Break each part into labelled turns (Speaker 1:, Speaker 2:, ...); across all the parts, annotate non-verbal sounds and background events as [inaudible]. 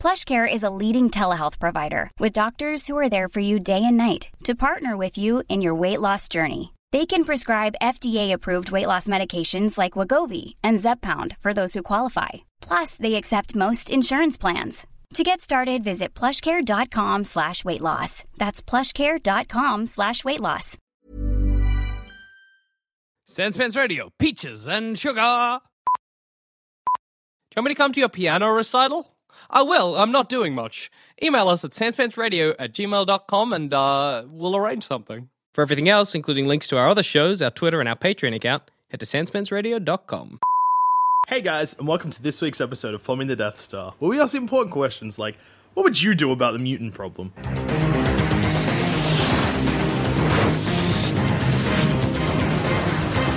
Speaker 1: PlushCare is a leading telehealth provider with doctors who are there for you day and night to partner with you in your weight loss journey. They can prescribe FDA-approved weight loss medications like Wagovi and Zepbound for those who qualify. Plus, they accept most insurance plans. To get started, visit plushcare.com slash weight loss. That's plushcare.com slash weight loss.
Speaker 2: Sandspans Radio, peaches and sugar. Do you want me to come to your piano recital? I will. I'm not doing much. Email us at sanspansradio at gmail.com and uh, we'll arrange something. For everything else, including links to our other shows, our Twitter, and our Patreon account, head to sanspansradio.com.
Speaker 3: Hey guys, and welcome to this week's episode of Plumbing the Death Star, where we ask important questions like, what would you do about the mutant problem?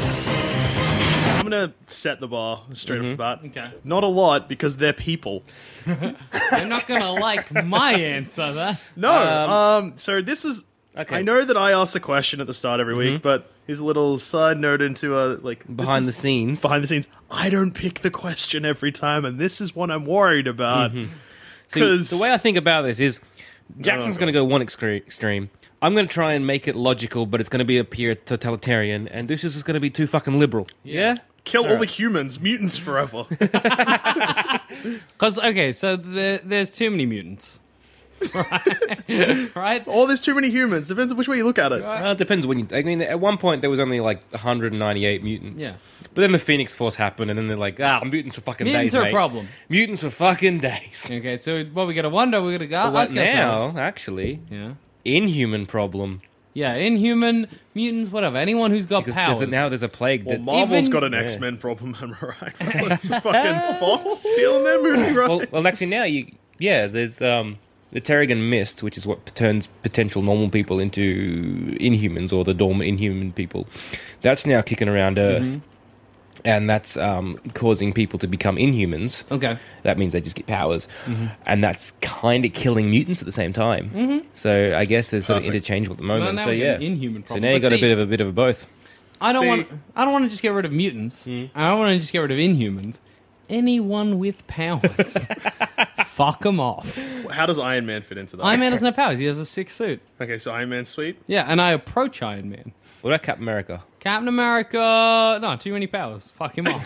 Speaker 3: I'm gonna set the bar straight off the bat.
Speaker 4: Okay.
Speaker 3: Not a lot because they're people.
Speaker 4: You're not gonna like my answer, that.
Speaker 3: No. Um, so this is.
Speaker 2: Okay.
Speaker 3: I know that I ask a question at the start every week, but here's a little side note into uh like this
Speaker 5: Behind
Speaker 3: is-
Speaker 5: the scenes.
Speaker 3: Behind the scenes, I don't pick the question every time, and this is what I'm worried about. Because
Speaker 5: Mm-hmm. the way I think about this
Speaker 4: Uh.
Speaker 5: is Jackson's going to go one excre- extreme. I'm going to try and make it logical, but it's going to be appear totalitarian, and this is just going to be too fucking liberal. Yeah.
Speaker 3: kill all the humans, mutants forever.
Speaker 4: Because, okay, so the, there's too many mutants. [laughs] Right? right?
Speaker 3: all there's too many humans. Depends on which way you look at it.
Speaker 5: Well, it Uh, depends when you. I mean, at one point there was only like 198 mutants.
Speaker 4: Yeah.
Speaker 5: But then the Phoenix Force happened, and then they're like, ah, mutants are fucking
Speaker 4: Mutants
Speaker 5: days.
Speaker 4: are a
Speaker 5: mate.
Speaker 4: problem.
Speaker 5: Mutants are fucking days.
Speaker 4: Okay, so what we gotta wonder, we gotta go
Speaker 5: But
Speaker 4: ask
Speaker 5: now,
Speaker 4: ourselves.
Speaker 5: actually,
Speaker 4: Yeah.
Speaker 5: inhuman problem.
Speaker 4: Yeah, inhuman, mutants, whatever. Anyone who's got
Speaker 5: Because
Speaker 4: powers.
Speaker 5: there's a, now there's a plague
Speaker 3: Well,
Speaker 5: that's.
Speaker 3: Marvel's
Speaker 4: Even-
Speaker 3: got an X Men problem, am I [laughs]
Speaker 5: [laughs]
Speaker 3: right? It's fucking Fox stealing their movie, right?
Speaker 5: well, well, actually, now you, yeah, there's um, the Terrigan Mist, which is what turns potential normal people into inhumans or the dormant inhuman people. That's now kicking around Earth,
Speaker 4: Mm-hmm.
Speaker 5: and that's um, causing people to become inhumans.
Speaker 4: Okay. Mm-hmm.
Speaker 5: That means they just get powers, and that's kind of killing mutants at the same time. So I guess there's sort of interchangeable at the
Speaker 4: Well,
Speaker 5: moment.
Speaker 4: now
Speaker 5: so
Speaker 4: we
Speaker 5: yeah,
Speaker 4: get an inhuman
Speaker 5: so
Speaker 4: problem.
Speaker 5: now you
Speaker 4: But
Speaker 5: got a
Speaker 4: see-
Speaker 5: bit of a bit of a both.
Speaker 4: I don't
Speaker 3: See-
Speaker 4: want. I don't want to just get rid of mutants. I don't want to just get rid of Inhumans. Anyone with
Speaker 5: [laughs]
Speaker 4: powers, fuck them off.
Speaker 3: How does Iron Man fit into that?
Speaker 4: Iron Man doesn't have powers. He has a sick suit.
Speaker 3: okay, so Iron Man's sweet.
Speaker 4: Yeah, and I approach Iron Man.
Speaker 5: What about Captain America?
Speaker 4: Captain America, no, too many powers. Fuck him
Speaker 5: [laughs]
Speaker 4: off.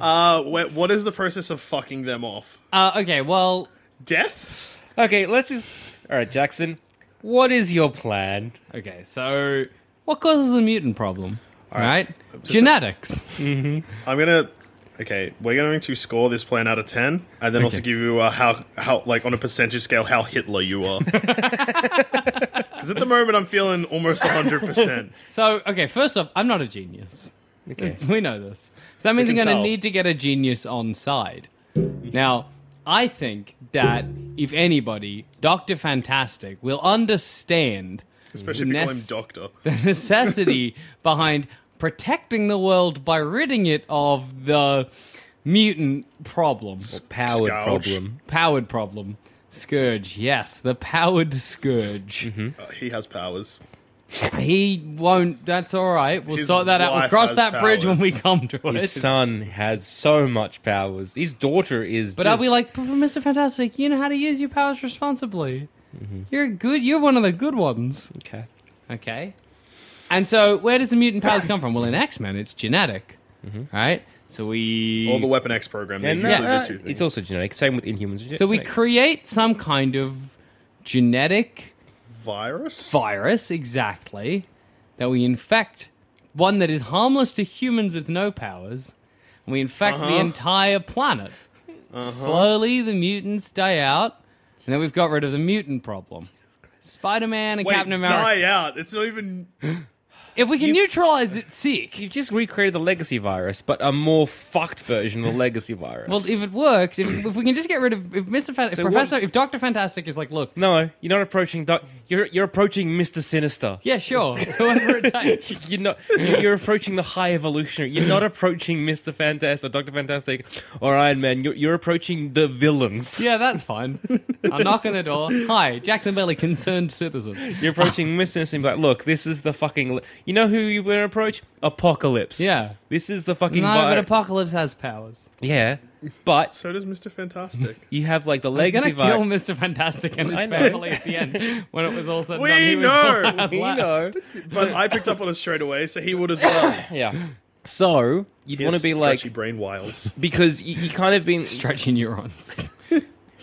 Speaker 3: Uh, wh- what is the process of fucking them off?
Speaker 4: uh, okay, well,
Speaker 3: Death?
Speaker 5: Okay, let's just. All right, Jackson, what is your plan?
Speaker 4: okay, so what causes the mutant problem? All right, genetics.
Speaker 3: I'm gonna. Okay, we're going to score this plan out of ten, and then also give you uh, how how like on a percentage scale how Hitler you are. Because at the moment I'm feeling almost hundred percent.
Speaker 4: So, okay, first off, I'm not a genius.
Speaker 5: Okay.
Speaker 4: We know this. So that means I'm
Speaker 3: We
Speaker 4: going
Speaker 3: can
Speaker 4: to
Speaker 3: tell.
Speaker 4: need to get a genius on side. Now, I think that if anybody, Dr. Fantastic will understand
Speaker 3: Especially if you call him
Speaker 4: Ness-
Speaker 3: Doctor.
Speaker 4: the [laughs] necessity behind protecting the world by ridding it of the mutant problem,
Speaker 5: Powered
Speaker 3: Scourge.
Speaker 5: problem.
Speaker 4: powered problem. Scourge, yes, the powered scourge.
Speaker 3: Uh, he has powers.
Speaker 4: He won't. That's all right. We'll
Speaker 3: His
Speaker 4: sort that out. We'll
Speaker 3: wife
Speaker 4: cross
Speaker 3: has
Speaker 4: that bridge when we
Speaker 3: powers.
Speaker 4: come to it.
Speaker 5: His son has so much powers. His daughter is.
Speaker 4: But
Speaker 5: just,
Speaker 4: I'll be like, but Mr. Fantastic, you know how to use your powers responsibly. You're good. You're one of the good ones.
Speaker 5: okay.
Speaker 4: Okay. And so, where does the mutant powers come from? Well, in X Men, it's genetic, right? So we
Speaker 3: All the Weapon X program. They
Speaker 5: And
Speaker 3: usually
Speaker 5: that-
Speaker 3: do two things.
Speaker 5: it's also genetic. Same with Inhumans.
Speaker 4: so we create some kind of genetic
Speaker 3: virus.
Speaker 4: virus, exactly, that we infect one that is harmless to humans with no powers, and we infect
Speaker 5: Uh-huh.
Speaker 4: the entire planet. Slowly, the mutants die out, and then we've got rid of the mutant problem. Spider Man and
Speaker 3: Wait,
Speaker 4: Captain America.
Speaker 3: die out. It's not even.
Speaker 4: If we can neutralize it, sick.
Speaker 5: You've just recreated the legacy virus, but a more fucked version of the legacy virus.
Speaker 4: Well, if it works, if, if we can just get rid of if Mr. Fan- if
Speaker 5: So
Speaker 4: Professor,
Speaker 5: what-
Speaker 4: if Doctor Fantastic is like, look,
Speaker 5: no, you're not approaching. Doc- you're you're approaching Mister Sinister.
Speaker 4: yeah, sure, whoever it takes.
Speaker 5: [laughs] You're not. You're you're approaching the high evolutionary. You're not approaching Mister Fantastic, or Doctor Fantastic, or Iron Man. You're, you're approaching the villains.
Speaker 4: Yeah, that's fine. I'm knocking the door. Hi, Jackson Bailey, concerned citizen.
Speaker 5: You're approaching [laughs] Mister Sinister. and be Like, look, this is the fucking. li- you know who you want to approach? Apocalypse.
Speaker 4: Yeah.
Speaker 5: This is the fucking.
Speaker 4: No,
Speaker 5: vi-
Speaker 4: but Apocalypse has powers.
Speaker 5: yeah, but
Speaker 3: So does Mr. Fantastic.
Speaker 5: you have like the
Speaker 4: He's
Speaker 5: legacy
Speaker 4: gonna kill
Speaker 5: [laughs] virus.
Speaker 4: Mr. Fantastic and his
Speaker 5: I know.
Speaker 4: family at the end when it was all said and
Speaker 3: We
Speaker 4: done. He was
Speaker 3: know.
Speaker 4: the last
Speaker 5: [laughs] We
Speaker 4: left. [laughs]
Speaker 5: know.
Speaker 3: but I picked up on it straight away, so he would as well.
Speaker 5: [laughs] Yeah. So you'd want to be like
Speaker 3: stretchy brain wiles.
Speaker 5: because you, you kind of been
Speaker 4: Stretchy [laughs] neurons.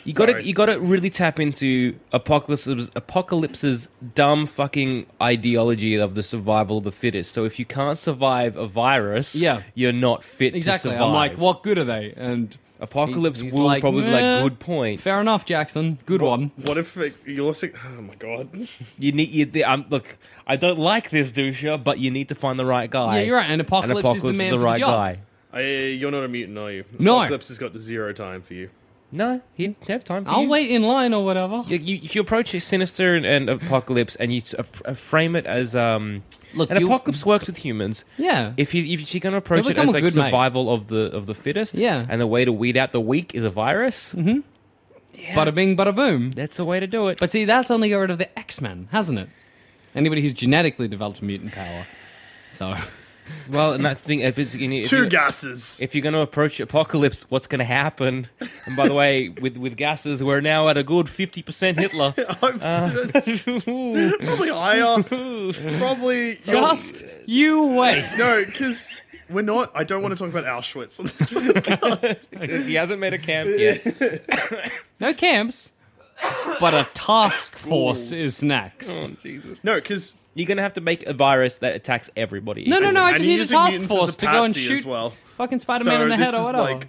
Speaker 5: you got to
Speaker 3: Sorry.
Speaker 5: you got to really tap into apocalypse's apocalypse's dumb fucking ideology of the survival of the fittest. So if you can't survive a virus,
Speaker 4: Yeah.
Speaker 5: you're not fit
Speaker 4: Exactly.
Speaker 5: to
Speaker 4: I'm
Speaker 5: survive.
Speaker 4: like, what good are they? And
Speaker 5: Apocalypse
Speaker 4: He's
Speaker 5: will
Speaker 4: like,
Speaker 5: probably be
Speaker 4: "Meh."
Speaker 5: like good point.
Speaker 4: fair enough, Jackson. Good one.
Speaker 3: What if it, you're sick? Oh my god.
Speaker 5: You need you. the- Um, look, I don't like this doucher, but you need to find the right guy.
Speaker 4: Yeah, you're right. And
Speaker 5: And
Speaker 4: Apocalypse,
Speaker 5: apocalypse
Speaker 4: is the man for
Speaker 5: right
Speaker 4: the job.
Speaker 5: guy.
Speaker 3: I, you're not a mutant, are you?
Speaker 4: No.
Speaker 3: Apocalypse has got zero time for you.
Speaker 5: No, he didn't have time. For
Speaker 4: I'll
Speaker 5: you.
Speaker 4: wait in line or whatever.
Speaker 5: You, you, if you approach Sinister and, and Apocalypse and you t- uh, frame it as um,
Speaker 4: Look,
Speaker 5: and
Speaker 4: you-
Speaker 5: Apocalypse works with humans.
Speaker 4: Yeah.
Speaker 5: If you if you're gonna approach
Speaker 4: They
Speaker 5: it
Speaker 4: become
Speaker 5: as
Speaker 4: a
Speaker 5: like
Speaker 4: good mate.
Speaker 5: survival of the of the fittest,
Speaker 4: Yeah.
Speaker 5: and the way to weed out the weak is a virus,
Speaker 4: Bada bing, bada boom.
Speaker 5: that's the way to do it.
Speaker 4: But see, that's only got rid of the X Men, hasn't it? Anybody who's genetically developed mutant power. So
Speaker 5: well, and that's the thing. If it's you know, if
Speaker 3: Two
Speaker 5: you-
Speaker 3: gases.
Speaker 5: If you're going to approach apocalypse, what's going to happen? And by the way, with, with gases, we're now at a good 50% Hitler.
Speaker 3: [laughs] Oh.
Speaker 4: Uh.
Speaker 3: probably higher.
Speaker 4: [laughs]
Speaker 3: probably
Speaker 4: just you wait.
Speaker 3: [laughs] no, because we're not. I don't want to talk about Auschwitz on this [laughs] podcast.
Speaker 5: he hasn't made a camp yet.
Speaker 4: No camps, but a task force is next.
Speaker 5: Jesus.
Speaker 3: no, because
Speaker 5: You're going to have to make a virus that attacks everybody.
Speaker 4: No, no, no! I
Speaker 3: and
Speaker 4: just
Speaker 3: you're
Speaker 4: need a
Speaker 3: using
Speaker 4: task
Speaker 3: mutants as
Speaker 4: force
Speaker 3: a
Speaker 4: to go and
Speaker 3: patsy as
Speaker 4: shoot
Speaker 3: well.
Speaker 4: fucking Spider-Man in the head or whatever.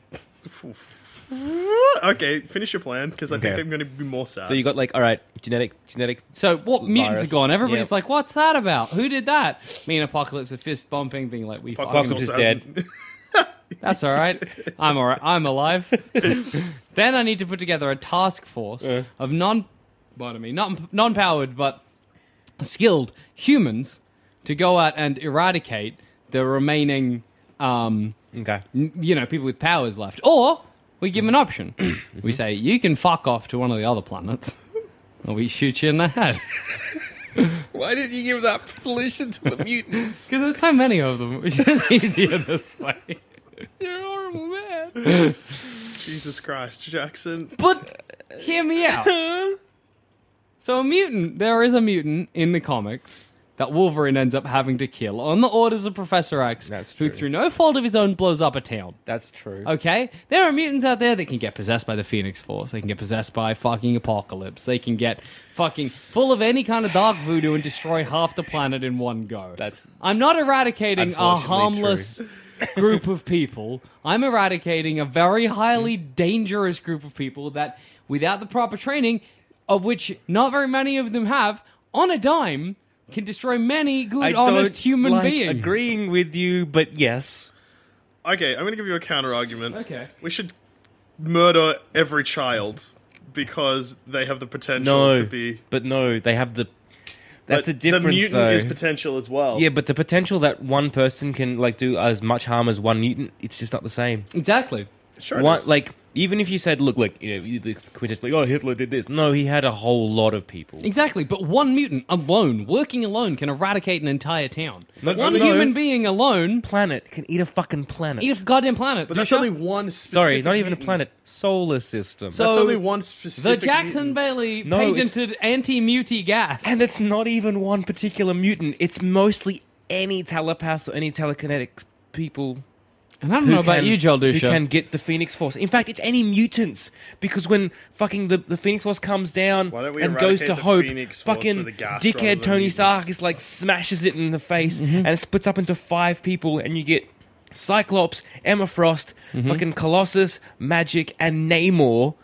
Speaker 3: [laughs] okay, finish your plan because I think
Speaker 5: Okay.
Speaker 3: I'm going to be more sad.
Speaker 5: So you got like, all right, genetic, genetic.
Speaker 4: so what mutants are
Speaker 5: Virus.
Speaker 4: gone? Everybody's
Speaker 5: Yep.
Speaker 4: like, "What's that about? Who did that?" Me and Apocalypse are fist bumping, being like, "We
Speaker 3: Apocalypse
Speaker 4: fucking
Speaker 5: is
Speaker 3: also has-
Speaker 4: that's all right. I'm all right. I'm
Speaker 5: [laughs]
Speaker 4: alive." then I need to put together a task force of non, pardon me, not non-powered but skilled humans to go out and eradicate the remaining um,
Speaker 5: Okay.
Speaker 4: n- you know, people with powers left. Or we give them an option. we say, you can fuck off to one of the other planets, or we shoot you in the head.
Speaker 5: [laughs] Why did you give that solution to the
Speaker 4: [laughs]
Speaker 5: mutants?
Speaker 4: Because there's so many of them, it's just [laughs] easier this way.
Speaker 5: You're a horrible man.
Speaker 3: [laughs] Jesus Christ, Jackson.
Speaker 4: But hear me out. So, a mutant, there is a mutant in the comics. That Wolverine ends up having to kill on the orders of Professor X,
Speaker 5: That's
Speaker 4: who
Speaker 5: true.
Speaker 4: through no fault of his own blows up a town.
Speaker 5: That's true.
Speaker 4: Okay, there are mutants out there that can get possessed by the Phoenix Force. They can get possessed by fucking apocalypse. They can get fucking full of any kind of dark voodoo and destroy half the planet in one go.
Speaker 5: That's-
Speaker 4: I'm not eradicating a
Speaker 5: Unfortunately
Speaker 4: harmless group of people. I'm eradicating a very highly dangerous group of people that, without the proper training, of which not very many of them have, on a dime, can destroy many good, honest human
Speaker 5: like
Speaker 4: beings.
Speaker 5: Agreeing with you, but yes.
Speaker 3: Okay, I'm going to give you a counter argument.
Speaker 4: Okay.
Speaker 3: We should murder every child because they have the potential
Speaker 5: No,
Speaker 3: to be.
Speaker 5: but no, they have the. That's
Speaker 3: But
Speaker 5: the difference,
Speaker 3: The mutant
Speaker 5: though.
Speaker 3: is potential as well.
Speaker 5: yeah, but the potential that one person can like do as much harm as one mutant, it's just not the same.
Speaker 4: Exactly.
Speaker 3: sure. it
Speaker 5: One-
Speaker 3: is.
Speaker 5: like even if you said, look, look, you know, you- the quintessentially, oh, Hitler did this. No, he had a whole lot of people.
Speaker 4: Exactly, but one mutant alone, working alone, can eradicate an entire town.
Speaker 5: But
Speaker 4: one
Speaker 5: no-
Speaker 4: human being alone,
Speaker 5: Planet can eat a fucking planet.
Speaker 4: eat a goddamn planet.
Speaker 3: but that's
Speaker 4: Dusha.
Speaker 3: only one. Specific
Speaker 5: Sorry, not even a
Speaker 3: mutant.
Speaker 5: planet. Solar system.
Speaker 4: So-
Speaker 3: That's
Speaker 4: Oh,
Speaker 3: only one
Speaker 4: the
Speaker 3: specific.
Speaker 4: Jackson
Speaker 3: mutant.
Speaker 4: Bailey
Speaker 5: No, it's-
Speaker 4: patented anti-muti gas.
Speaker 5: and it's not even one particular mutant. It's mostly any telepath or any telekinetic people
Speaker 4: And I don't
Speaker 5: who
Speaker 4: know about
Speaker 5: can-
Speaker 4: you, Joel
Speaker 5: Who
Speaker 4: Dusha.
Speaker 5: can get the Phoenix Force. In fact, it's any mutants because when fucking the, the Phoenix Force comes down
Speaker 3: Why don't we
Speaker 5: and goes
Speaker 3: eradicate
Speaker 5: to
Speaker 3: the
Speaker 5: Hope,
Speaker 3: Phoenix Force
Speaker 5: fucking
Speaker 3: with a gas rather
Speaker 5: dickhead
Speaker 3: than
Speaker 5: Tony
Speaker 3: mutants?
Speaker 5: Stark is like smashes it in the face
Speaker 4: Mm-hmm.
Speaker 5: and it splits up into five people, and you get
Speaker 4: Mm-hmm.
Speaker 5: Cyclops, Emma Frost, fucking Colossus, Magic, and Namor.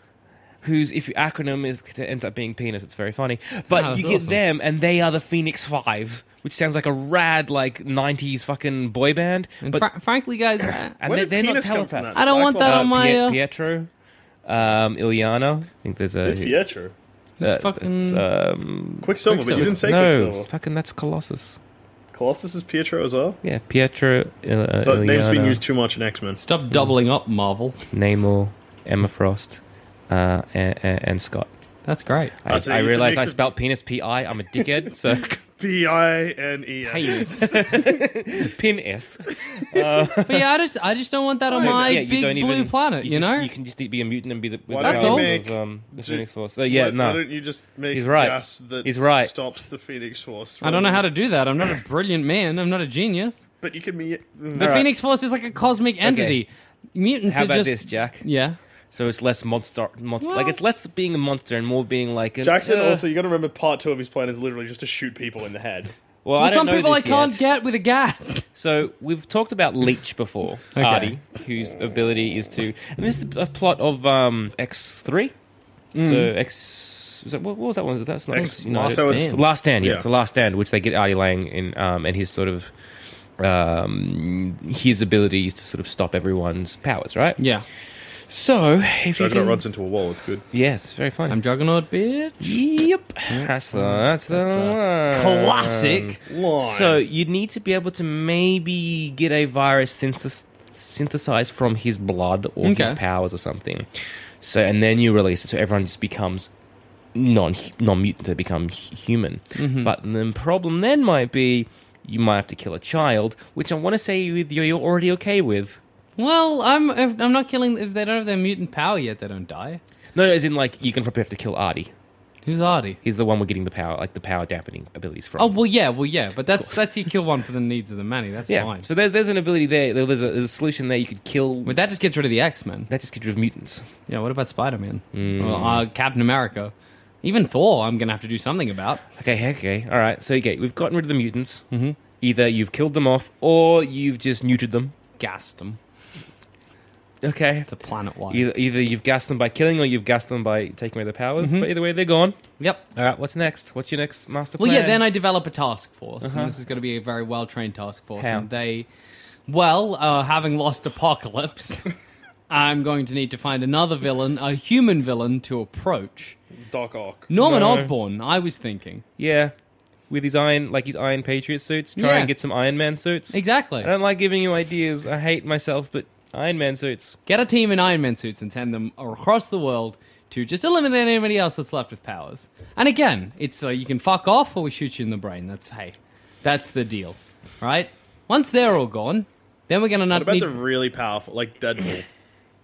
Speaker 5: whose if your acronym is ends up being penis, it's very funny. But
Speaker 4: Oh, that's
Speaker 5: you get
Speaker 4: awesome.
Speaker 5: them, and they are the Phoenix Five, which sounds like a rad like '90s fucking boy band.
Speaker 4: And
Speaker 5: but
Speaker 4: fr- frankly, guys, uh,
Speaker 5: [coughs]
Speaker 4: I
Speaker 5: and
Speaker 3: Where
Speaker 5: they,
Speaker 3: did
Speaker 5: they're not
Speaker 3: penis come from
Speaker 5: telepaths.
Speaker 3: that?
Speaker 4: I don't want that on
Speaker 3: Cyclops.
Speaker 4: my.
Speaker 5: Pie-
Speaker 4: Uh,
Speaker 5: Pietro, um, Iliana. I think there's a
Speaker 3: Who's Pietro?
Speaker 4: this
Speaker 5: uh,
Speaker 4: fucking.
Speaker 5: it's, um,
Speaker 3: Quicksilver, but
Speaker 4: Quicksilver.
Speaker 3: you didn't say
Speaker 5: no,
Speaker 3: Quicksilver.
Speaker 5: fucking that's Colossus.
Speaker 3: Colossus is Pietro as well.
Speaker 5: Yeah, Pietro, Il- uh,
Speaker 3: The name's been
Speaker 5: Ileana,
Speaker 3: used too much in X Men.
Speaker 4: Stop doubling up, Marvel.
Speaker 5: Namor, Emma Frost, uh, and, and Scott.
Speaker 4: That's great.
Speaker 5: I,
Speaker 3: Uh, so
Speaker 5: I
Speaker 3: it's a
Speaker 5: realized
Speaker 3: mix
Speaker 5: I
Speaker 3: of-
Speaker 5: spelt penis P I. I'm a
Speaker 3: [laughs]
Speaker 5: dickhead. So [laughs]
Speaker 3: P I N E
Speaker 4: [laughs]
Speaker 3: S.
Speaker 5: pin S.
Speaker 4: But yeah, I just I just don't want that on my
Speaker 5: Yeah,
Speaker 4: big blue planet. You,
Speaker 5: just-
Speaker 4: know,
Speaker 5: you can just be a mutant and be the. With
Speaker 3: Why
Speaker 5: the
Speaker 4: don't
Speaker 5: powers
Speaker 4: you
Speaker 3: make-
Speaker 5: Of, um, the
Speaker 3: do-
Speaker 5: Phoenix Force. So yeah,
Speaker 3: why,
Speaker 5: no.
Speaker 3: Why don't you just make
Speaker 5: He's right.
Speaker 3: gas that
Speaker 5: He's right.
Speaker 3: stops the Phoenix Force?
Speaker 4: I don't know how to do that. I'm not a brilliant man. I'm not a genius.
Speaker 3: But you can be.
Speaker 4: The
Speaker 5: Alright.
Speaker 4: Phoenix Force is like a cosmic entity. Mutants
Speaker 5: How
Speaker 4: are
Speaker 5: about
Speaker 4: just
Speaker 5: this, Jack?
Speaker 4: yeah.
Speaker 5: So it's less monster, monster. like
Speaker 4: Well-
Speaker 5: it's less being a monster and more being like an,
Speaker 3: Jackson
Speaker 5: uh,
Speaker 3: also, you got to remember, part two of his plan is literally just to shoot people in the
Speaker 4: [laughs]
Speaker 3: head.
Speaker 5: Well, I
Speaker 4: Well,
Speaker 5: don't
Speaker 4: some
Speaker 5: know
Speaker 4: people I
Speaker 5: this
Speaker 4: can't
Speaker 5: yet.
Speaker 4: get with a
Speaker 5: [laughs]
Speaker 4: gas.
Speaker 5: So we've talked about Leech before,
Speaker 4: Okay.
Speaker 5: Artie, whose ability is to, and this is a plot of um, X three.
Speaker 4: Mm.
Speaker 5: So X was that, what, what was that one? Was that not
Speaker 3: X-
Speaker 5: no,
Speaker 4: Last
Speaker 5: so
Speaker 4: Stand.
Speaker 5: it's Last Stand. Yeah,
Speaker 3: Yeah.
Speaker 5: the Last Stand, which they get Artie Lang in, um, and his sort of um, his ability is to sort of stop everyone's powers, right?
Speaker 4: Yeah,
Speaker 5: So if you
Speaker 3: Juggernaut
Speaker 5: can,
Speaker 3: runs into a wall. It's good.
Speaker 5: yes, very funny.
Speaker 4: I'm Juggernaut, bitch.
Speaker 5: yep, that's the that's the
Speaker 4: That's
Speaker 5: one.
Speaker 4: Classic.
Speaker 3: Line.
Speaker 5: So you'd need to be able to maybe get a virus synthes- synthesized from his blood or his
Speaker 4: Okay.
Speaker 5: powers or something. So and then you release it, so everyone just becomes non non mutant. They become hu- human.
Speaker 4: Mm-hmm.
Speaker 5: But the problem then might be you might have to kill a child, which I want to say with you- you're already okay with.
Speaker 4: Well, I'm if, I'm not killing. If they don't have their mutant power yet, they don't die.
Speaker 5: No, as in like you can probably have to kill Artie.
Speaker 4: Who's Artie?
Speaker 5: He's the one we're getting the power, like the power dampening abilities from.
Speaker 4: Oh well, yeah, well yeah, but that's that's you kill one for the needs of the many. That's
Speaker 5: yeah.
Speaker 4: fine.
Speaker 5: So there's there's an ability there. There's a, there's a solution there. You could kill.
Speaker 4: but that just gets rid of the X Men.
Speaker 5: that just gets rid of mutants.
Speaker 4: Yeah, what about Spider Man?
Speaker 5: Mm.
Speaker 4: Well, uh, Captain America, even Thor. I'm gonna have to do something about.
Speaker 5: Okay, heck, okay, all right. So okay, we've gotten rid of the mutants. Mm-hmm. Either you've killed them off, or you've just neutered them.
Speaker 4: Gassed them.
Speaker 5: Okay.
Speaker 4: It's a planet wide.
Speaker 5: Either, either you've gassed them by killing, or you've gassed them by taking away their powers. But either way, they're gone.
Speaker 4: Yep.
Speaker 5: All right. What's next? What's your next master
Speaker 4: Well,
Speaker 5: plan?
Speaker 4: yeah, then I develop a task force. And this is going to be a very well trained task force.
Speaker 5: How?
Speaker 4: And they, well, uh, having lost Apocalypse, I'm going to need to find another villain, a human villain to approach.
Speaker 3: Doc Ock.
Speaker 4: Norman
Speaker 5: No.
Speaker 4: Osborn, I was thinking.
Speaker 5: yeah, with his iron, like his Iron Patriot suits. Try
Speaker 4: Yeah.
Speaker 5: and get some Iron Man suits.
Speaker 4: Exactly.
Speaker 5: I don't like giving you ideas. I hate myself, but Iron Man suits.
Speaker 4: Get a team in Iron Man suits and send them across the world to just eliminate anybody else that's left with powers. And again, it's uh, you can fuck off or we shoot you in the brain. That's, hey, that's the deal, right? Once they're all gone, then we're going to
Speaker 3: What
Speaker 4: not
Speaker 3: about
Speaker 4: need...
Speaker 3: the really powerful,
Speaker 4: [clears throat]
Speaker 3: like Deadpool?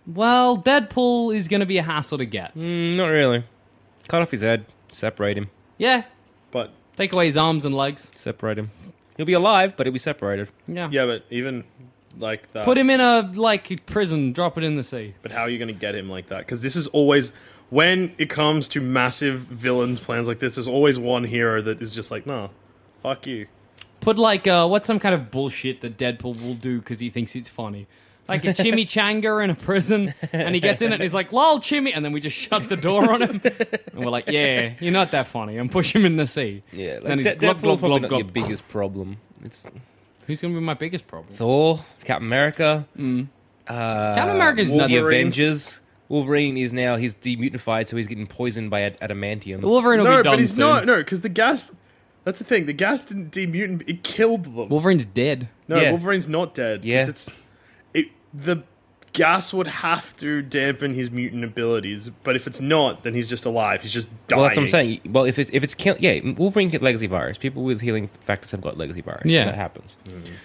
Speaker 4: Well, Deadpool is going to be a hassle to get.
Speaker 5: Mm, not really. Cut off his head. Separate him.
Speaker 4: Yeah.
Speaker 3: but
Speaker 4: Take away his arms and legs.
Speaker 5: Separate him. He'll be alive, but he'll be separated.
Speaker 4: Yeah.
Speaker 3: yeah, but even like that.
Speaker 4: Put him in a like prison. Drop it in the sea.
Speaker 3: But how are you going to get him like that? Because this is always when it comes to massive villains plans like this. There's always one hero that is just like, nah, fuck you.
Speaker 4: Put like uh, what's some kind of bullshit that Deadpool will do because he thinks it's funny. Like a chimichanga in a prison, and he gets in it and he's like, lol, chimmy. And then we just shut the door on him. And we're like, yeah, you're not that funny. And push him in the sea.
Speaker 5: Yeah, like
Speaker 4: then he's
Speaker 5: De-
Speaker 4: glub, glub,
Speaker 5: Deadpool's probably
Speaker 4: glub,
Speaker 5: not
Speaker 4: glub.
Speaker 5: your biggest problem. It's
Speaker 4: Who's going to be my biggest problem?
Speaker 5: Thor, Captain America, Uh,
Speaker 4: Captain Mm. America's
Speaker 5: the
Speaker 4: nothing.
Speaker 5: Avengers. Wolverine is now he's demutified, so he's getting poisoned by ad- adamantium.
Speaker 4: Wolverine will
Speaker 3: no,
Speaker 4: be done
Speaker 3: but he's
Speaker 4: soon.
Speaker 3: not. No, because the gas. That's the thing. The gas didn't demutant. It killed them.
Speaker 4: Wolverine's dead.
Speaker 3: no,
Speaker 5: Yeah.
Speaker 3: Wolverine's not dead. 'cause
Speaker 5: Yeah.
Speaker 3: it's it. The gas would have to dampen his mutant abilities. But if it's not, then he's just alive. He's just dying.
Speaker 5: well, that's what I'm saying. Well, if it's if it's kill, yeah, Wolverine get legacy virus. People with healing factors have got legacy virus.
Speaker 4: Yeah.
Speaker 5: that happens.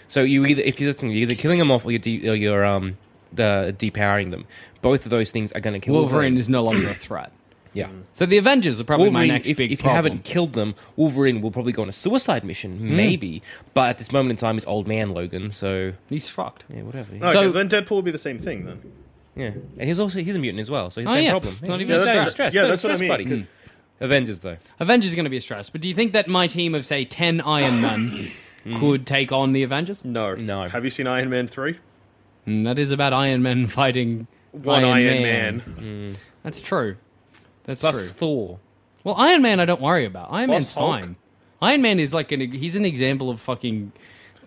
Speaker 5: So you either if you're, you're either killing them off or you're, de- or you're um the depowering them. Both of those things are going to kill
Speaker 4: Wolverine,
Speaker 5: Wolverine.
Speaker 4: is no longer a threat.
Speaker 5: yeah.
Speaker 4: So the Avengers are probably
Speaker 5: Wolverine,
Speaker 4: my next
Speaker 5: if,
Speaker 4: big
Speaker 5: if you
Speaker 4: problem. Mm.
Speaker 5: haven't killed them, Wolverine will probably go on a suicide mission, maybe. But at this moment in time, it's old man Logan, so
Speaker 4: He's fucked.
Speaker 5: yeah, whatever.
Speaker 3: Okay,
Speaker 4: So-
Speaker 3: then Deadpool would be the same thing then.
Speaker 5: Yeah, and he's also he's a mutant as well, so he's
Speaker 4: Oh,
Speaker 5: the same
Speaker 4: yeah.
Speaker 5: problem.
Speaker 4: It's not even
Speaker 3: a
Speaker 5: no,
Speaker 3: stress. Yeah,
Speaker 5: no
Speaker 3: that's what I
Speaker 5: stress,
Speaker 3: mean,
Speaker 5: buddy.
Speaker 3: 'cause-
Speaker 5: Avengers though,
Speaker 4: Avengers are going to be a stress, but do you think that my team of say ten Iron Men could take on the Avengers?
Speaker 3: No,
Speaker 5: No.
Speaker 3: Have you seen Iron Man three?
Speaker 4: Mm, that is about Iron Man [laughs] fighting
Speaker 3: One Iron, Man.
Speaker 4: That's true. That's
Speaker 5: Plus
Speaker 4: true.
Speaker 5: Thor.
Speaker 4: Well, Iron Man, I don't worry about. Iron
Speaker 3: Plus
Speaker 4: Man's
Speaker 3: Hulk.
Speaker 4: fine. Iron Man is like an he's an example of fucking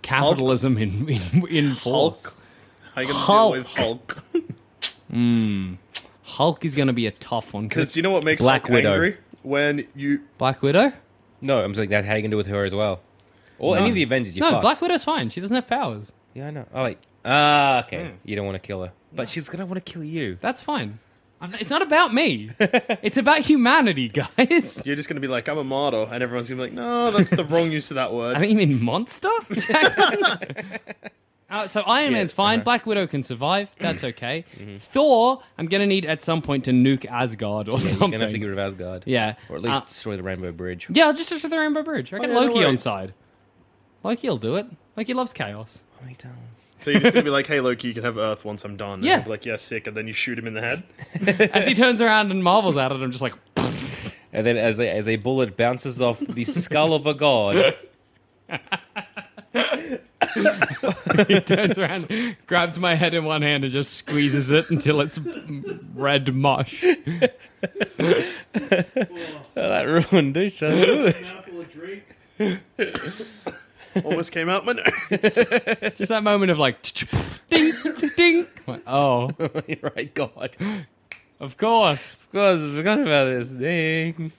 Speaker 4: capitalism in in in force. Hulk,
Speaker 3: Hulk. How you gonna
Speaker 4: Hulk.
Speaker 3: deal with Hulk?
Speaker 4: is going to be a tough one
Speaker 3: Because
Speaker 4: because
Speaker 3: you know what makes
Speaker 5: Black
Speaker 3: Hulk
Speaker 5: Widow.
Speaker 3: angry when you
Speaker 4: Black Widow.
Speaker 5: No, I'm saying that how you can do with her as well. Or any of the Avengers. You
Speaker 4: no,
Speaker 5: fucked.
Speaker 4: Black Widow's fine. She doesn't have powers.
Speaker 5: Yeah, I know. Oh wait. Ah, okay.
Speaker 3: Hmm.
Speaker 5: You don't want to kill her, but she's gonna want to
Speaker 4: [laughs]
Speaker 5: kill you.
Speaker 4: That's fine. I'm, it's not about me. it's about humanity, guys.
Speaker 3: you're just gonna be like I'm a martyr, and everyone's gonna be like, no, that's the wrong use of that
Speaker 5: [laughs]
Speaker 3: word.
Speaker 4: I think you mean monster, Jackson. [laughs] Uh, so Iron Man's
Speaker 5: uh-huh.
Speaker 4: fine. Black Widow can
Speaker 5: [clears throat]
Speaker 4: survive. That's okay.
Speaker 5: Mm-hmm.
Speaker 4: Thor, I'm gonna need at some point to nuke Asgard or
Speaker 5: You're
Speaker 4: something.
Speaker 5: gonna have to get rid of Asgard.
Speaker 4: Yeah.
Speaker 5: Or at least Oh,
Speaker 4: Uh,
Speaker 5: destroy the Rainbow Bridge.
Speaker 4: Yeah, I'll just destroy the Rainbow Bridge. I get
Speaker 3: yeah, no
Speaker 4: Loki on
Speaker 3: worries.
Speaker 4: side. Loki'll do it. Loki loves
Speaker 5: [laughs]
Speaker 4: chaos.
Speaker 5: I don't.
Speaker 3: so you're just gonna be like, hey Loki, you can have Earth once I'm done. And
Speaker 4: Yeah.
Speaker 3: he'll be like, yeah, sick, and then you shoot him in the head.
Speaker 4: As he turns around and marvels at it, I'm just like, [laughs]
Speaker 5: And then as a, as a bullet bounces off the skull of a god,
Speaker 4: [laughs]
Speaker 5: [laughs]
Speaker 4: turns around, grabs my head in one hand and just squeezes it until it's [laughs] red mush.
Speaker 5: that ruined it. Shall I do it?
Speaker 3: Almost came out my nose.
Speaker 4: Just that moment of like, [laughs] ding, ding. Like, Oh,
Speaker 5: You're [laughs] right, God.
Speaker 4: of course.
Speaker 5: God, I forgot about this thing.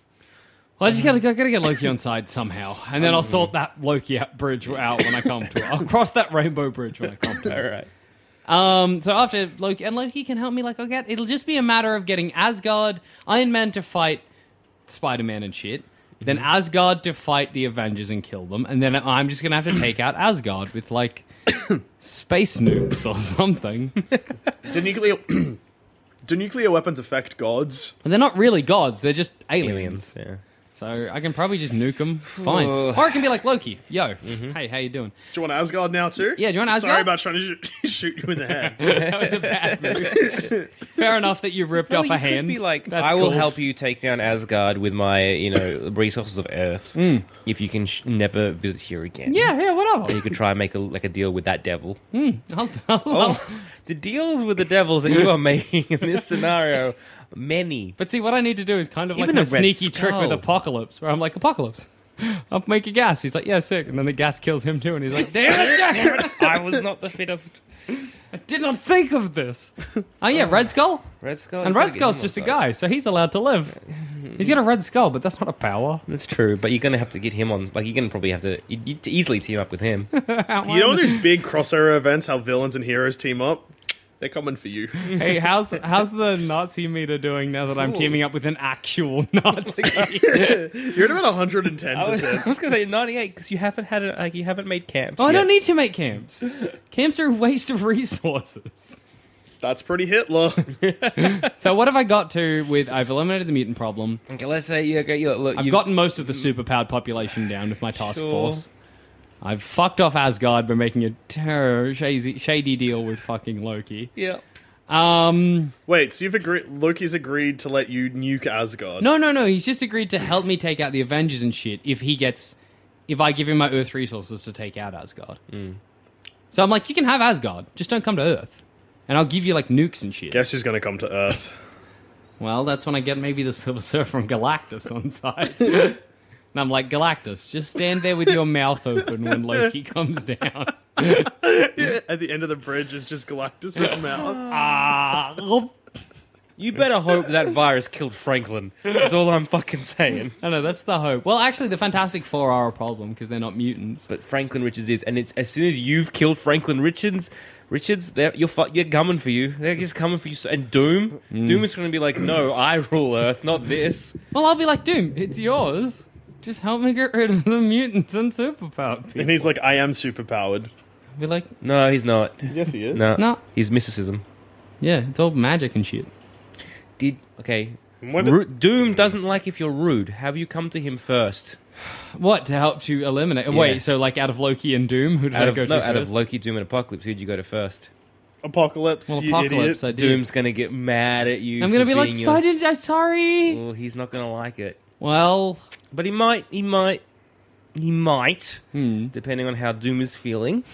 Speaker 4: Well, I just gotta, gotta get Loki on side somehow, and then I'll sort that Loki out bridge out when I come to it. I'll cross that rainbow bridge when I come to it.
Speaker 5: All right.
Speaker 4: Um, so after Loki, and Loki can help me, like I'll get. It'll just be a matter of getting Asgard, Iron Man to fight Spider Man and shit, then Asgard to fight the Avengers and kill them, and then I'm just gonna have to take out Asgard with like space nukes or something.
Speaker 3: Do nuclear [clears throat] do nuclear weapons affect gods?
Speaker 4: But they're not really gods; they're just aliens.
Speaker 5: Aliens. Yeah.
Speaker 4: So I can probably just nuke them. It's fine. or it can be like Loki. Yo, hey, how you doing?
Speaker 3: Do you want Asgard now too?
Speaker 4: Yeah, do you want Asgard?
Speaker 3: Sorry about trying to sh- [laughs] shoot you in
Speaker 4: [laughs]
Speaker 3: the head.
Speaker 4: That was a
Speaker 5: [laughs]
Speaker 4: bad move. Fair enough that you ripped off
Speaker 5: you
Speaker 4: a
Speaker 5: could
Speaker 4: hand.
Speaker 5: be like,
Speaker 4: That's
Speaker 5: I will
Speaker 4: cool.
Speaker 5: help you take down Asgard with my,
Speaker 4: [laughs]
Speaker 5: you know, resources of Earth. If you can sh- never visit here again.
Speaker 4: Hmm. Yeah, yeah,
Speaker 5: And you
Speaker 4: [laughs] whatever.
Speaker 5: could try and make a, like a deal with that devil.
Speaker 4: I'll, I'll, I'll,
Speaker 5: Oh, [laughs] the deals with the devils that
Speaker 4: [laughs]
Speaker 5: you are making in this scenario, many.
Speaker 4: But see, what I need to do is kind of
Speaker 5: Even
Speaker 4: like
Speaker 5: a
Speaker 4: a
Speaker 5: red
Speaker 4: sneaky trick with
Speaker 5: skull.
Speaker 4: Apocalypse, where I'm like, Apocalypse, [laughs] I'll make a gas. He's like, yeah, sick. And then the gas kills him too, and he's like, damn it,
Speaker 5: [laughs]
Speaker 4: damn it,
Speaker 5: I was not the fittest.
Speaker 4: I did not think of this. Oh yeah, Red Skull.
Speaker 5: Red Skull.
Speaker 4: And
Speaker 5: you gotta
Speaker 4: Red
Speaker 5: get
Speaker 4: Skull's
Speaker 5: him
Speaker 4: just a
Speaker 5: on side.
Speaker 4: guy, so he's allowed to live. He's got a red skull, but that's not a
Speaker 5: [laughs]
Speaker 4: power.
Speaker 5: That's true, but you're gonna have to get him on. Like you're gonna probably have to you, you easily team up
Speaker 4: [laughs]
Speaker 5: with him.
Speaker 3: you know these big crossover events how villains and heroes team up? They're coming for [laughs] you.
Speaker 4: Hey, how's how's the Nazi meter doing now that I'm teaming up with an
Speaker 5: [laughs]
Speaker 4: actual Nazi?
Speaker 3: You're at about 110. percent
Speaker 5: gonna say 98 because you haven't had a, like you haven't made camps.
Speaker 4: oh, I don't need to make camps. Camps are a waste of resources.
Speaker 3: That's pretty Hitler. [laughs]
Speaker 4: So what have I got to with? I've eliminated the mutant problem.
Speaker 5: Okay, let's say you okay, you- look.
Speaker 4: I've
Speaker 5: you've-
Speaker 4: gotten most of the superpowered population down with my task
Speaker 5: Sure.
Speaker 4: force. I've fucked off Asgard by making a terror shady, shady deal with fucking Loki.
Speaker 5: Yeah.
Speaker 4: Um,
Speaker 3: Wait, so you've agreed? Loki's agreed to let you nuke Asgard.
Speaker 4: no, no, no. He's just agreed to help me take out the Avengers and shit if he gets, if I give him my Earth resources to take out Asgard.
Speaker 5: Mm.
Speaker 4: So I'm like, you can have Asgard, just don't come to Earth, and I'll give you like nukes and shit.
Speaker 3: Guess who's gonna come to Earth?
Speaker 4: Well, that's when I get maybe the Silver [laughs] Surfer and Galactus on
Speaker 5: [laughs]
Speaker 4: side. and I'm like, Galactus, just stand there with your mouth open when
Speaker 5: [laughs]
Speaker 4: Loki comes down. [laughs]
Speaker 3: At the end of the bridge is just [laughs] Galactus's mouth.
Speaker 4: Ah, oh.
Speaker 5: You better hope that virus killed Franklin. That's all I'm fucking saying.
Speaker 4: I know, that's the hope. Well, actually, the Fantastic Four are a problem because they're not mutants. But
Speaker 5: But Franklin Richards is, and it's as soon as you've killed Franklin Richards, Richards, they're, you're fu- they're coming for you. They're just coming for you. so- And Doom, Doom is gonna be like, no, I rule Earth, not this.
Speaker 4: well, I'll be like, Doom, it's yours. Just help me get rid of the mutants and superpowered people.
Speaker 3: And he's like, I am superpowered.
Speaker 4: I'll be like,
Speaker 5: No, he's not.
Speaker 3: Yes, he is.
Speaker 5: No,
Speaker 4: No.
Speaker 5: he's mysticism.
Speaker 4: yeah, it's all magic and shit.
Speaker 5: Did okay.
Speaker 3: What is-
Speaker 5: Ru- Doom doesn't like if you're rude. Have you come to him first?
Speaker 4: What to help to eliminate? Wait, so like out of Loki and Doom, who did
Speaker 5: Out
Speaker 4: I
Speaker 5: of,
Speaker 4: go to
Speaker 5: no, out
Speaker 4: first?
Speaker 5: of Loki, Doom, and Apocalypse, who'd you go to first?
Speaker 3: Apocalypse.
Speaker 4: well,
Speaker 3: you
Speaker 4: Apocalypse, I
Speaker 3: Idiot.
Speaker 4: did.
Speaker 5: Doom's gonna get mad at you.
Speaker 4: I'm gonna
Speaker 5: for
Speaker 4: be like,
Speaker 5: being
Speaker 4: so I
Speaker 5: your-
Speaker 4: did. I sorry.
Speaker 5: Oh, he's not gonna like it,
Speaker 4: Well,
Speaker 5: but he
Speaker 4: Hmm.
Speaker 5: might. He might. He might, depending on how Doom is feeling.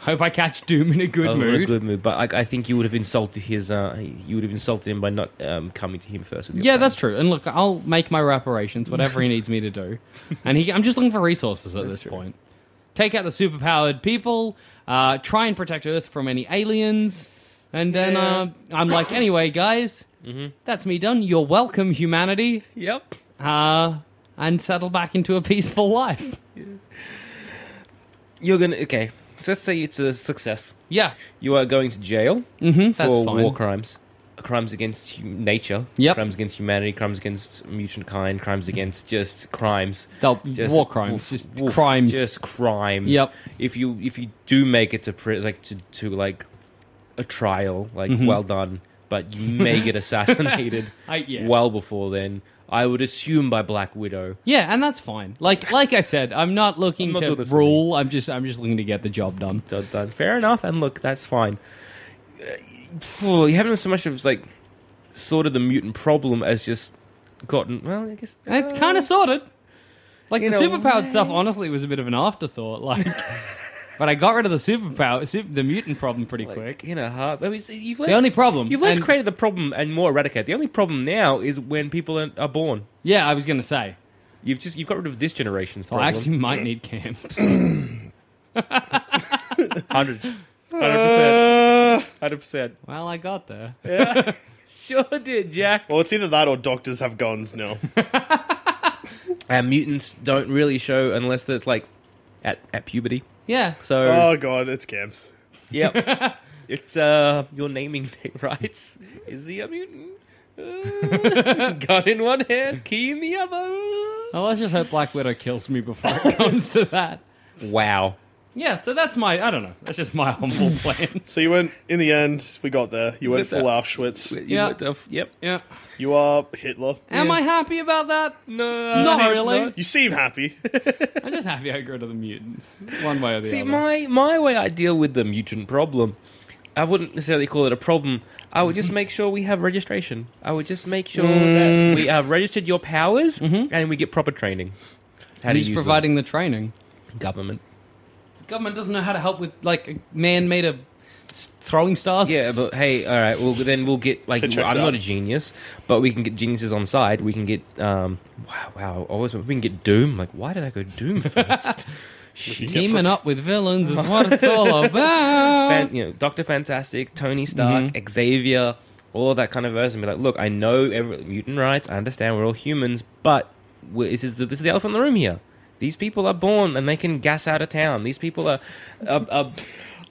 Speaker 4: Hope I catch Doom in a good
Speaker 5: Oh, what
Speaker 4: mood.
Speaker 5: a good mood. But I, I think you would have insulted his. Uh, you would have insulted him by not um, coming to him first. With your
Speaker 4: yeah,
Speaker 5: plan.
Speaker 4: that's true. And look, I'll make my reparations, whatever he needs me to
Speaker 5: [laughs]
Speaker 4: do. And he, I'm just looking for resources at this point. Take out the superpowered people. Uh, try and protect Earth from any aliens. And then uh, I'm like, anyway, guys,
Speaker 5: Mm-hmm.
Speaker 4: that's me done. You're welcome, humanity.
Speaker 5: Yep.
Speaker 4: Uh, and settle back into a peaceful life.
Speaker 5: You're gonna okay. So let's say it's a success.
Speaker 4: Yeah.
Speaker 5: You are going to jail for
Speaker 4: that's fine.
Speaker 5: war crimes, crimes against hum- nature,
Speaker 4: Yep.
Speaker 5: crimes against humanity, crimes against mutant kind, crimes against just crimes.
Speaker 4: They'll- war crimes, just crimes.
Speaker 5: just crimes.
Speaker 4: Yep.
Speaker 5: If you if you do make it to pri- like to, to like a trial, like well done, but you may
Speaker 4: [laughs]
Speaker 5: get assassinated
Speaker 4: Mm-hmm. I- yeah.
Speaker 5: well before then. I would assume by Black Widow.
Speaker 4: Yeah, and that's fine. Like like I said, I'm not looking
Speaker 5: I'm not doing
Speaker 4: to
Speaker 5: this for
Speaker 4: rule. I'm just I'm just looking to get the job done.
Speaker 5: done, done. Fair enough, and look, that's fine. Uh, well, you haven't done so much of like sort of the mutant problem as just gotten. Well, I guess uh,
Speaker 4: And It's kind of sorted. Like
Speaker 5: In
Speaker 4: the
Speaker 5: a
Speaker 4: superpowered
Speaker 5: way.
Speaker 4: stuff, honestly, was a bit of an afterthought.
Speaker 5: [laughs]
Speaker 4: Like, but I got rid of the superpower, super, the mutant problem pretty
Speaker 5: like,
Speaker 4: quick.
Speaker 5: you know, hard. I mean, so you've less,
Speaker 4: The only problem,
Speaker 5: you've less
Speaker 4: and-
Speaker 5: created the problem and more eradicated. The only problem now is when people are, are born.
Speaker 4: Yeah, I was gonna say.
Speaker 5: You've just you've got rid of this generation's
Speaker 4: Well, I
Speaker 5: problem.
Speaker 4: actually might need camps.
Speaker 5: [laughs] hundred.
Speaker 3: Uh,
Speaker 5: Hundred percent. Hundred percent.
Speaker 4: well, I got there.
Speaker 5: Sure did, Jack.
Speaker 3: Well, it's either that or doctors have guns now.
Speaker 5: And mutants don't really show unless they're like at, at puberty.
Speaker 4: Yeah.
Speaker 5: So
Speaker 3: oh god, it's camps.
Speaker 5: Yep. [laughs] it's uh your naming [laughs] day rights. Is he a mutant? Uh, gun in one hand, key in the other.
Speaker 4: Well, let's just hope Black Widow kills me before
Speaker 5: [laughs]
Speaker 4: it comes to that.
Speaker 5: [laughs] Wow.
Speaker 4: Yeah. So that's my. I don't know. That's just my [laughs] humble plan.
Speaker 3: So you went in the end. We got there. You went
Speaker 5: Did that.
Speaker 3: full Auschwitz.
Speaker 4: Yeah.
Speaker 5: Yep. Yep.
Speaker 4: Yeah.
Speaker 3: You are Hitler.
Speaker 4: Am I happy about that?
Speaker 5: No.
Speaker 4: Not
Speaker 3: seem-
Speaker 4: really.
Speaker 3: You seem happy.
Speaker 4: I'm just happy I got rid of the mutants, one way or the
Speaker 5: See,
Speaker 4: other.
Speaker 5: my my way I deal with the mutant problem, I wouldn't necessarily call it a problem. I would [laughs] just make sure we have registration. I would just make sure that we have registered your powers and we get proper training. How to
Speaker 4: Who's
Speaker 5: use
Speaker 4: providing the training?
Speaker 5: them. government?
Speaker 4: The government doesn't know how to help with like a man made of s- throwing stars.
Speaker 5: Yeah, but hey, all right. Well, then we'll get like
Speaker 3: It
Speaker 5: I'm
Speaker 3: checks
Speaker 5: not
Speaker 3: out.
Speaker 5: a genius, but we can get geniuses on side. We can get um wow wow. Always we can get Doom. Like why did I
Speaker 3: [laughs]
Speaker 5: go Doom first? Shit.
Speaker 4: Teaming up with villains
Speaker 5: [laughs]
Speaker 4: is what it's all about.
Speaker 5: Fan, you know, Doctor Fantastic, Tony Stark,
Speaker 4: Mm-hmm.
Speaker 5: Xavier, all of that kind of version. Be like, look, I know every mutant rights. I understand we're all humans, but we this is the, this is the elephant in the room here. These people are born and they can gas out of town. These people are, are, are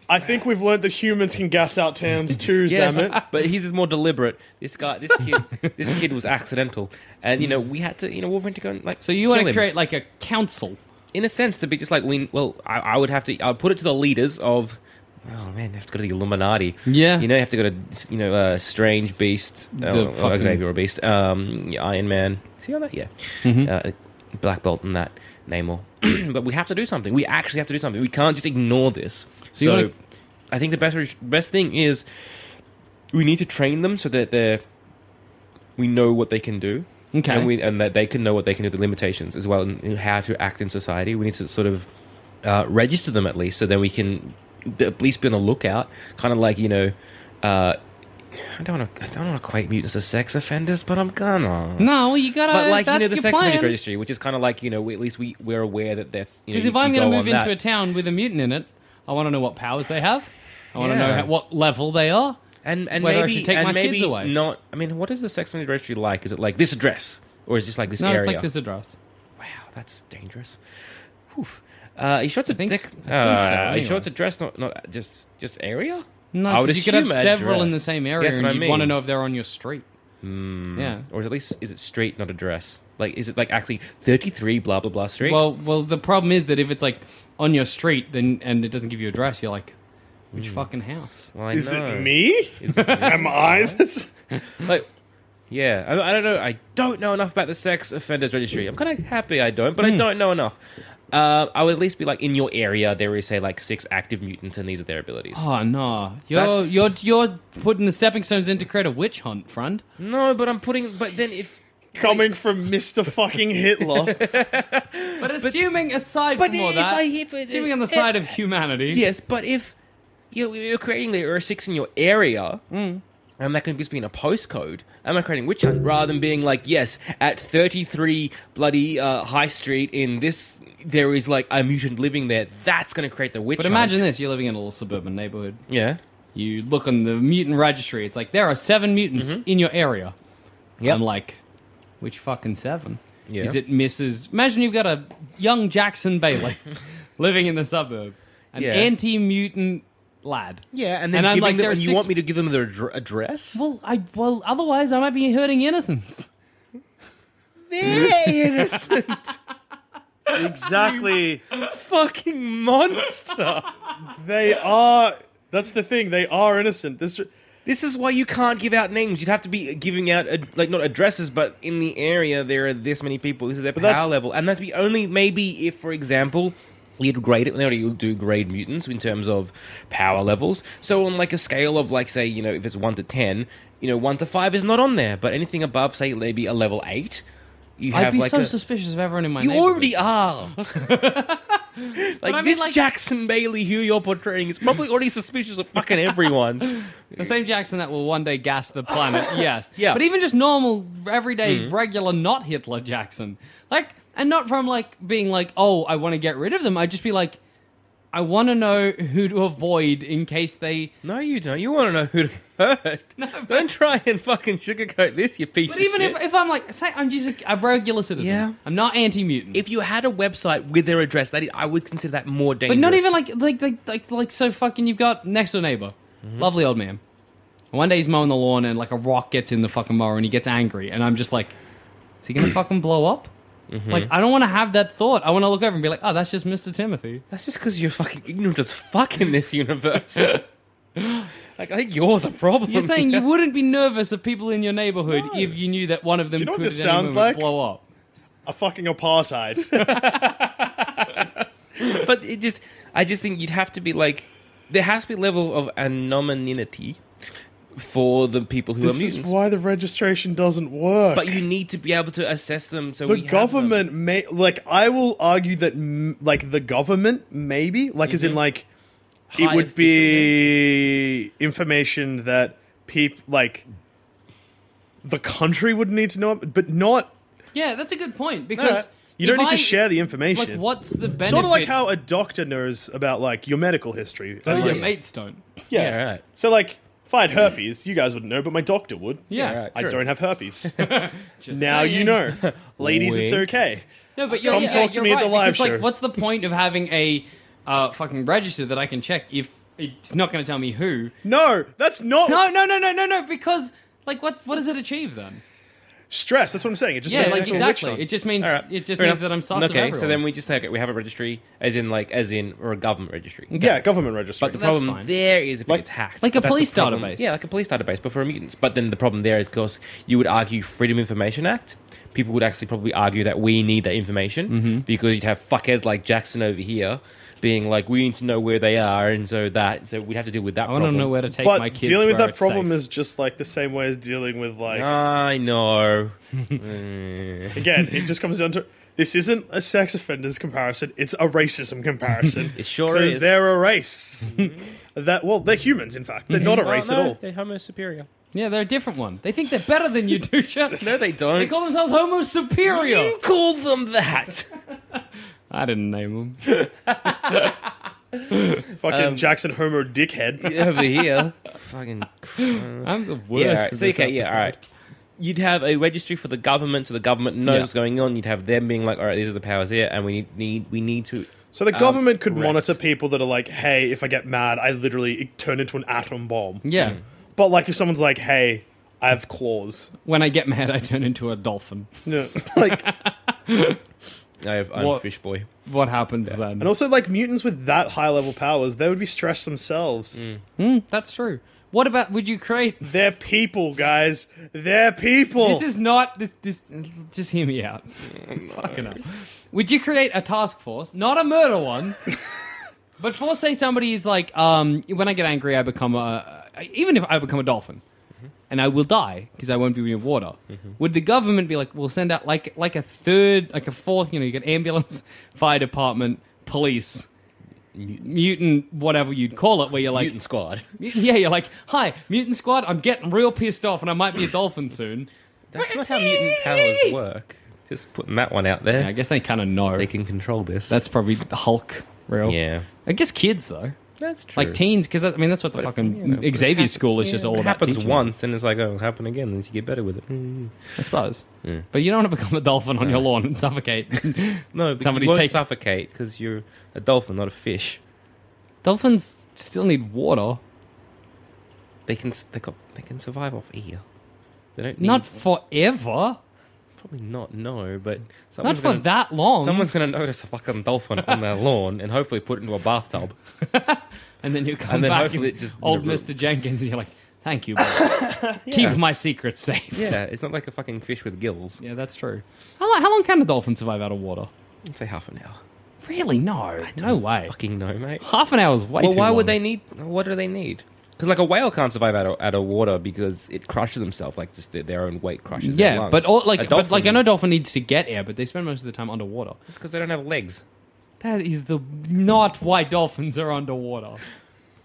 Speaker 3: I think we've learned that humans can gas out towns too,
Speaker 5: Yes,
Speaker 3: Zamet.
Speaker 5: [laughs] but his is more deliberate. This guy, this kid, this kid was accidental, and you know we had to, you know, Wolverine to go and like.
Speaker 4: so you want
Speaker 5: kill
Speaker 4: to
Speaker 5: him.
Speaker 4: create like a council?
Speaker 5: in a sense, to be just like we. Well, I, I would have to. I would put it to the leaders of. Oh man, they have to go to the Illuminati.
Speaker 4: Yeah.
Speaker 5: you know, you have to go to you know, uh, Strange Beast, uh,
Speaker 4: The
Speaker 5: or
Speaker 4: fucking-
Speaker 5: Xavier or Beast, um, yeah, Iron Man. See how that? Yeah,
Speaker 4: Mm-hmm.
Speaker 5: uh, Black Bolt and that Namor. [clears throat] but we have to do something. We actually have to do something. We can't just ignore this.
Speaker 4: you
Speaker 5: so
Speaker 4: wanna-
Speaker 5: I think the best best thing is we need to train them so that they're we know what they can do.
Speaker 4: Okay.
Speaker 5: And we and that they can know what they can do, the limitations as well, and how to act in society. We need to sort of uh, register them at least, so then we can at least be on the lookout. Kind of like you know, uh, I don't want to I don't want to equate mutants to sex offenders, but I'm gonna.
Speaker 4: No, you gotta.
Speaker 5: But like
Speaker 4: that's
Speaker 5: you know the
Speaker 4: your
Speaker 5: sex offenders
Speaker 4: plan.
Speaker 5: registry, which is kind of like you know we, at least we we're aware that they're you know,
Speaker 4: Because
Speaker 5: you-
Speaker 4: if I'm
Speaker 5: you
Speaker 4: going
Speaker 5: go
Speaker 4: to move
Speaker 5: on
Speaker 4: into
Speaker 5: that.
Speaker 4: a town with a mutant in it, I want to know what powers they have. I want to know
Speaker 5: Yeah.
Speaker 4: how, what level they are.
Speaker 5: and and
Speaker 4: whether I
Speaker 5: maybe
Speaker 4: should take
Speaker 5: and
Speaker 4: my kids
Speaker 5: maybe
Speaker 4: away.
Speaker 5: Not I mean, what is the sex offender registry like? Is it like this address, or is it just like this
Speaker 4: No,
Speaker 5: area?
Speaker 4: it's like this address.
Speaker 5: Wow, that's dangerous. Whew. Uh, he shots a
Speaker 4: think
Speaker 5: dick.
Speaker 4: s- I think
Speaker 5: uh,
Speaker 4: so,
Speaker 5: He
Speaker 4: anyway.
Speaker 5: shot a dress, not not just just area.
Speaker 4: No,
Speaker 5: I would
Speaker 4: 'cause you could have
Speaker 5: assume
Speaker 4: several in
Speaker 5: address.
Speaker 4: the same area,
Speaker 5: Yes,
Speaker 4: and
Speaker 5: what
Speaker 4: you
Speaker 5: I mean. Hmm.
Speaker 4: want to know if they're on your street. Yeah.
Speaker 5: or at least is it street, not address? Like, is it like actually thirty-three blah blah blah street?
Speaker 4: Well, well, the problem is that if it's like on your street, then and it doesn't give you address, you're like, which fucking house?
Speaker 5: Hmm. Well, I
Speaker 3: Is
Speaker 5: know.
Speaker 3: it me? [laughs]
Speaker 5: Is it me?
Speaker 3: Am I this?
Speaker 5: like, yeah, I, I don't know. I don't know enough about the sex offenders registry. I'm kind of happy I don't, but
Speaker 4: Hmm.
Speaker 5: I don't know enough. Uh, I would at least be like, in your area, there is say like six active mutants, and these are their abilities.
Speaker 4: Oh no, you're
Speaker 5: That's-
Speaker 4: you're you're putting the stepping stones in to create a witch hunt, friend.
Speaker 5: No, but I'm putting. But then if
Speaker 3: [laughs] Coming from Mr. fucking Hitler.
Speaker 4: But assuming aside
Speaker 5: but
Speaker 4: from all
Speaker 5: if
Speaker 4: that,
Speaker 5: I- if it-
Speaker 4: assuming on the
Speaker 5: if-
Speaker 4: side of humanity,
Speaker 5: Yes, but if you, you're creating the Euro 6 in your area.
Speaker 4: Hmm.
Speaker 5: And that can just be in a postcode. Am I creating witch hunt rather than being like, yes, at 33 bloody uh, High Street in this, there is like a mutant living there. That's going to create the witch
Speaker 4: But
Speaker 5: hunt.
Speaker 4: imagine this: you're living in a little suburban neighborhood.
Speaker 5: Yeah.
Speaker 4: You look on the mutant registry. It's like there are seven mutants in your area.
Speaker 5: Mm-hmm. Yep.
Speaker 4: I'm like, which fucking seven?
Speaker 5: Yeah.
Speaker 4: Is it Mrs. Imagine you've got a young Jackson
Speaker 5: [laughs]
Speaker 4: Bailey living in the suburb, an
Speaker 5: Yeah.
Speaker 4: anti mutant lad.
Speaker 5: Yeah, and then
Speaker 4: I'm
Speaker 5: giving
Speaker 4: like,
Speaker 5: them-
Speaker 4: there are
Speaker 5: and you
Speaker 4: six-
Speaker 5: want me to give them their addr- address? [laughs]
Speaker 4: Well, I well otherwise I might be hurting innocence.
Speaker 5: They're innocent
Speaker 3: Exactly.
Speaker 5: fucking monster.
Speaker 3: they are. That's the thing. They are innocent. This.
Speaker 5: [laughs] This is why you can't give out names. You'd have to be giving out ad- like not addresses, but in the area there are this many people. This is their
Speaker 3: that's-
Speaker 5: power level, and that'd be only maybe if, for example. You'd grade it. They already do grade mutants in terms of power levels. So on like a scale of like say you know if it's one to ten, you know one to five is not on there, but anything above say maybe a level eight, you
Speaker 4: I'd
Speaker 5: have
Speaker 4: be
Speaker 5: like
Speaker 4: so
Speaker 5: a,
Speaker 4: suspicious of everyone in my
Speaker 5: You
Speaker 4: neighborhood. [laughs]
Speaker 5: already are. like
Speaker 4: mean,
Speaker 5: this
Speaker 4: like-
Speaker 5: Jackson Bailey who you're portraying is probably already suspicious of fucking everyone.
Speaker 4: [laughs] The same Jackson that will one day gas the
Speaker 5: [laughs]
Speaker 4: planet, yes.
Speaker 5: Yeah. Mm-hmm.
Speaker 4: But even just normal, everyday, regular, not Hitler Jackson. Like, and not from like being like, oh, I want to get rid of them. I'd just be like, I want to know who to avoid in case they.
Speaker 5: no, you don't. You want to know who to
Speaker 4: [laughs]
Speaker 5: hurt. Don't try and fucking sugarcoat this, you piece
Speaker 4: But
Speaker 5: of
Speaker 4: even if,
Speaker 5: shit.
Speaker 4: if I'm like, say, I'm just a, a regular citizen.
Speaker 5: Yeah.
Speaker 4: I'm not anti mutant.
Speaker 5: If you had a website with their address, that is, I would consider that more dangerous.
Speaker 4: But not even like like like like like so fucking you've got next door neighbor,
Speaker 3: Mm-hmm.
Speaker 4: lovely old man. And One day he's mowing the lawn and like a rock gets in the fucking mower and he gets angry and I'm just like, is he
Speaker 3: [clears throat]
Speaker 4: gonna fucking blow up?
Speaker 3: Mm-hmm.
Speaker 4: Like I don't want to have that thought. I want to look over and be like, oh, that's just Mr.
Speaker 3: [laughs]
Speaker 4: Timothy.
Speaker 5: That's just because you're fucking ignorant as fuck
Speaker 4: [laughs]
Speaker 5: in this universe. [laughs] like, I think you're the problem.
Speaker 4: You're saying
Speaker 5: here.
Speaker 4: you wouldn't be nervous of people in your neighborhood if you knew that one of them
Speaker 3: you know what
Speaker 4: could
Speaker 3: this
Speaker 4: at any
Speaker 3: sounds
Speaker 4: moment
Speaker 3: like?
Speaker 4: blow up.
Speaker 3: A fucking apartheid.
Speaker 5: but it just I just think you'd have to be like there has to be a level of anonymity for the people who are
Speaker 3: this is
Speaker 5: mutants.
Speaker 3: why the registration doesn't work.
Speaker 5: but you need to be able to assess them so
Speaker 3: the
Speaker 5: we have them.
Speaker 3: government may like i will argue that m- like the government maybe like as in
Speaker 4: Mm-hmm.
Speaker 3: like
Speaker 5: High
Speaker 3: it would be information that people like the country would need to know but not
Speaker 4: Yeah, that's a good point because
Speaker 3: you don't
Speaker 4: if
Speaker 3: need
Speaker 4: I-
Speaker 3: to share the
Speaker 4: Like,
Speaker 3: information
Speaker 4: what's the benefit?
Speaker 3: sort of like how a doctor knows about like your medical history
Speaker 4: Oh,
Speaker 3: And,
Speaker 4: your
Speaker 3: like,
Speaker 4: mates don't.
Speaker 3: yeah.
Speaker 5: Yeah, right.
Speaker 3: so like if i had herpes you guys wouldn't know but my doctor would
Speaker 4: Yeah,
Speaker 5: right.
Speaker 3: i
Speaker 5: true.
Speaker 3: don't
Speaker 4: [laughs]
Speaker 3: have herpes now you
Speaker 4: saying.
Speaker 3: know ladies it's
Speaker 5: Wink.
Speaker 3: okay
Speaker 4: No, but you're,
Speaker 3: Come
Speaker 4: yeah,
Speaker 3: talk to
Speaker 4: you're
Speaker 3: me at
Speaker 4: right,
Speaker 3: the live
Speaker 4: because,
Speaker 3: show.
Speaker 4: Like, what's the point of having a uh, fucking register that I can check if it's not going to tell me who?
Speaker 3: no that's not
Speaker 4: No, no, no, no, no, no. Because like, what what does it achieve then?
Speaker 3: stress. That's what I'm saying. It just
Speaker 4: yeah,
Speaker 3: turns
Speaker 4: like
Speaker 3: into a witch
Speaker 4: exactly.
Speaker 3: hunt.
Speaker 4: It just means
Speaker 5: All right.
Speaker 4: it just
Speaker 5: Fair
Speaker 4: means
Speaker 5: enough.
Speaker 4: that I'm sus
Speaker 5: Okay,
Speaker 4: of
Speaker 5: so then we just say okay, we have a registry, as in like as in or a government registry.
Speaker 3: yeah, government registry.
Speaker 5: But the
Speaker 4: That's
Speaker 5: problem
Speaker 4: fine.
Speaker 5: there is if
Speaker 3: Like-
Speaker 5: it gets hacked,
Speaker 4: Like a
Speaker 5: That's the
Speaker 4: police
Speaker 5: problem.
Speaker 4: database.
Speaker 5: Yeah, like a police database, but for mutants. But then the problem there is, of course, you would argue Freedom of Information Act. People would actually probably argue that we need that information because you'd have fuckheads like Jackson over here being like, we need to know where they are, and so that, so we'd have to deal with that.
Speaker 4: I want to know where to take my
Speaker 3: but
Speaker 4: kids.
Speaker 3: dealing with
Speaker 4: where
Speaker 3: that
Speaker 4: it's
Speaker 3: problem
Speaker 4: safe.
Speaker 3: is just like the same way as dealing with like
Speaker 5: I know.
Speaker 3: again, it just comes down to this isn't a sex offenders comparison; it's a racism comparison.
Speaker 5: [laughs] It sure is. Mm-hmm.
Speaker 3: they're a race that well, they're humans. In fact, they're
Speaker 4: Mm-hmm.
Speaker 3: not a race
Speaker 4: Oh,
Speaker 3: at all.
Speaker 5: They're Homo superior.
Speaker 4: yeah, they're a different one. They think they're better than [laughs] you, Dusha.
Speaker 5: No, they don't.
Speaker 4: They call themselves Homo Superior.
Speaker 5: you called them that.
Speaker 4: [laughs] I didn't name them.
Speaker 3: Fucking
Speaker 5: Um,
Speaker 3: Jackson Homo dickhead.
Speaker 5: over here. Fucking
Speaker 4: I'm [laughs] the worst.
Speaker 5: yeah,
Speaker 4: of
Speaker 5: alright. so
Speaker 4: this
Speaker 5: okay, yeah,
Speaker 4: episode.
Speaker 5: all right. You'd have a registry for the government, so the government knows
Speaker 4: Yeah.
Speaker 5: what's going on. You'd have them being like, "All right, these are the powers here, and we need, need we need to."
Speaker 3: So the government could
Speaker 5: Um, correct.
Speaker 3: monitor people that are like, "Hey, if I get mad, I literally turn into an atom bomb."
Speaker 4: Yeah.
Speaker 3: But like, if someone's like, "Hey, I have claws,"
Speaker 4: When I get mad, I turn into a dolphin.
Speaker 3: [laughs] Yeah. like.
Speaker 5: I have, I'm
Speaker 4: What-
Speaker 5: fish boy.
Speaker 4: What happens then?
Speaker 3: And also, like mutants with that high level powers, they would be stressed themselves.
Speaker 5: Mm.
Speaker 4: That's true. What about would you create?
Speaker 3: They're people, guys. They're people.
Speaker 4: This is not this. This just hear me out. Fucking hell. Would you create a task force, not a murder one, but for say somebody is like, um, when I get angry, I become a even if I become a dolphin, and I will die because I won't be near water. Would the government be like, we'll send out like [laughs] like a third, like a fourth? You know, you get ambulance, fire department, police.
Speaker 5: mutant,
Speaker 4: mutant whatever you'd call it, where you're like,
Speaker 5: mutant squad.
Speaker 4: [laughs] yeah, you're like, hi, mutant squad, I'm getting real pissed off, and I might be a dolphin soon.
Speaker 5: [laughs] That's not how mutant powers work. Just putting that one out there.
Speaker 4: Yeah, I guess they kind of know.
Speaker 5: they can control this.
Speaker 4: That's probably the Hulk, real.
Speaker 5: yeah.
Speaker 4: I guess kids though,
Speaker 5: That's true.
Speaker 4: like teens, because I mean that's what the fucking
Speaker 5: you know, but it
Speaker 4: Xavier School is just all
Speaker 5: it
Speaker 4: about.
Speaker 5: happens
Speaker 4: teaching.
Speaker 5: once, and it's like, oh, it'll happen again, and you get better with it. Mm.
Speaker 4: I suppose. But you don't want to become a dolphin on your lawn and suffocate. [laughs]
Speaker 5: No, but
Speaker 4: Somebody's
Speaker 5: you won't
Speaker 4: take-
Speaker 5: suffocate because you're a dolphin, not a fish.
Speaker 4: Dolphins still need water,
Speaker 5: They can they got they can survive off air. They don't need,
Speaker 4: not forever,
Speaker 5: probably not no, but
Speaker 4: not
Speaker 5: someone's
Speaker 4: for
Speaker 5: gonna,
Speaker 4: that long.
Speaker 5: Someone's gonna notice a fucking dolphin
Speaker 4: [laughs]
Speaker 5: on their lawn and hopefully put it into a bathtub.
Speaker 4: and then you come
Speaker 5: and then
Speaker 4: back
Speaker 5: hopefully
Speaker 4: it's
Speaker 5: it just-
Speaker 4: old Mister Jenkins, and you're like, "Thank you,
Speaker 5: [laughs]
Speaker 4: bro. keep my secret safe."
Speaker 5: Yeah, it's not like a fucking fish with
Speaker 4: [laughs]
Speaker 5: gills.
Speaker 4: Yeah, that's true. How long, how long can a dolphin survive out of water?
Speaker 5: I'd say half an hour.
Speaker 4: Really? No, no way.
Speaker 5: Fucking no, mate.
Speaker 4: Half an hour's way.
Speaker 5: Well,
Speaker 4: too
Speaker 5: why would
Speaker 4: long.
Speaker 5: they need? What do they need? Because like a whale can't survive out of, out of water because it crushes themselves. Like just their, their own weight crushes. their
Speaker 4: Yeah,
Speaker 5: lungs.
Speaker 4: but all, like,
Speaker 5: A
Speaker 4: but like I
Speaker 5: dolphin-
Speaker 4: know dolphin needs to get air, but they spend most of the time underwater.
Speaker 5: It's because they don't have legs.
Speaker 4: That is the not why dolphins are underwater.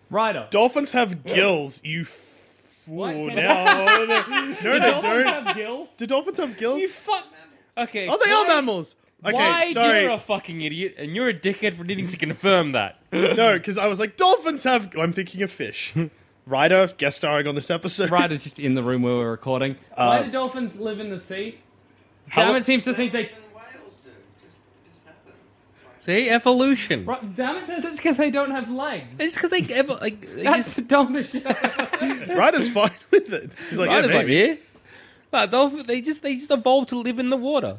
Speaker 4: Ryder,
Speaker 3: Dolphins have gills, you f- fool.
Speaker 4: What?
Speaker 3: No,
Speaker 4: [laughs]
Speaker 3: they- no, they don't.
Speaker 4: have gills.
Speaker 3: Do dolphins have gills?
Speaker 5: Fuck. Okay.
Speaker 3: Oh, they are mammals. Okay,
Speaker 5: Why
Speaker 3: sorry.
Speaker 5: you're a fucking idiot and you're a dickhead for needing to confirm that.
Speaker 3: No, because I was like, dolphins have. I'm thinking of fish. Ryder guest starring on this episode.
Speaker 4: Ryder's just in the room where we're recording. why do dolphins live in the sea? Damn it seems to think they.
Speaker 5: [laughs] See, evolution.
Speaker 4: Ri- Damn it says it's because they don't have legs.
Speaker 5: It's because they ever like. They
Speaker 4: That's
Speaker 5: just,
Speaker 4: the dumbest shit.
Speaker 3: [laughs] Ryder's fine with it. He's like,
Speaker 5: I
Speaker 3: yeah,
Speaker 5: was like,
Speaker 3: maybe.
Speaker 5: yeah. No, dolphin, they just they just evolved to live in the water.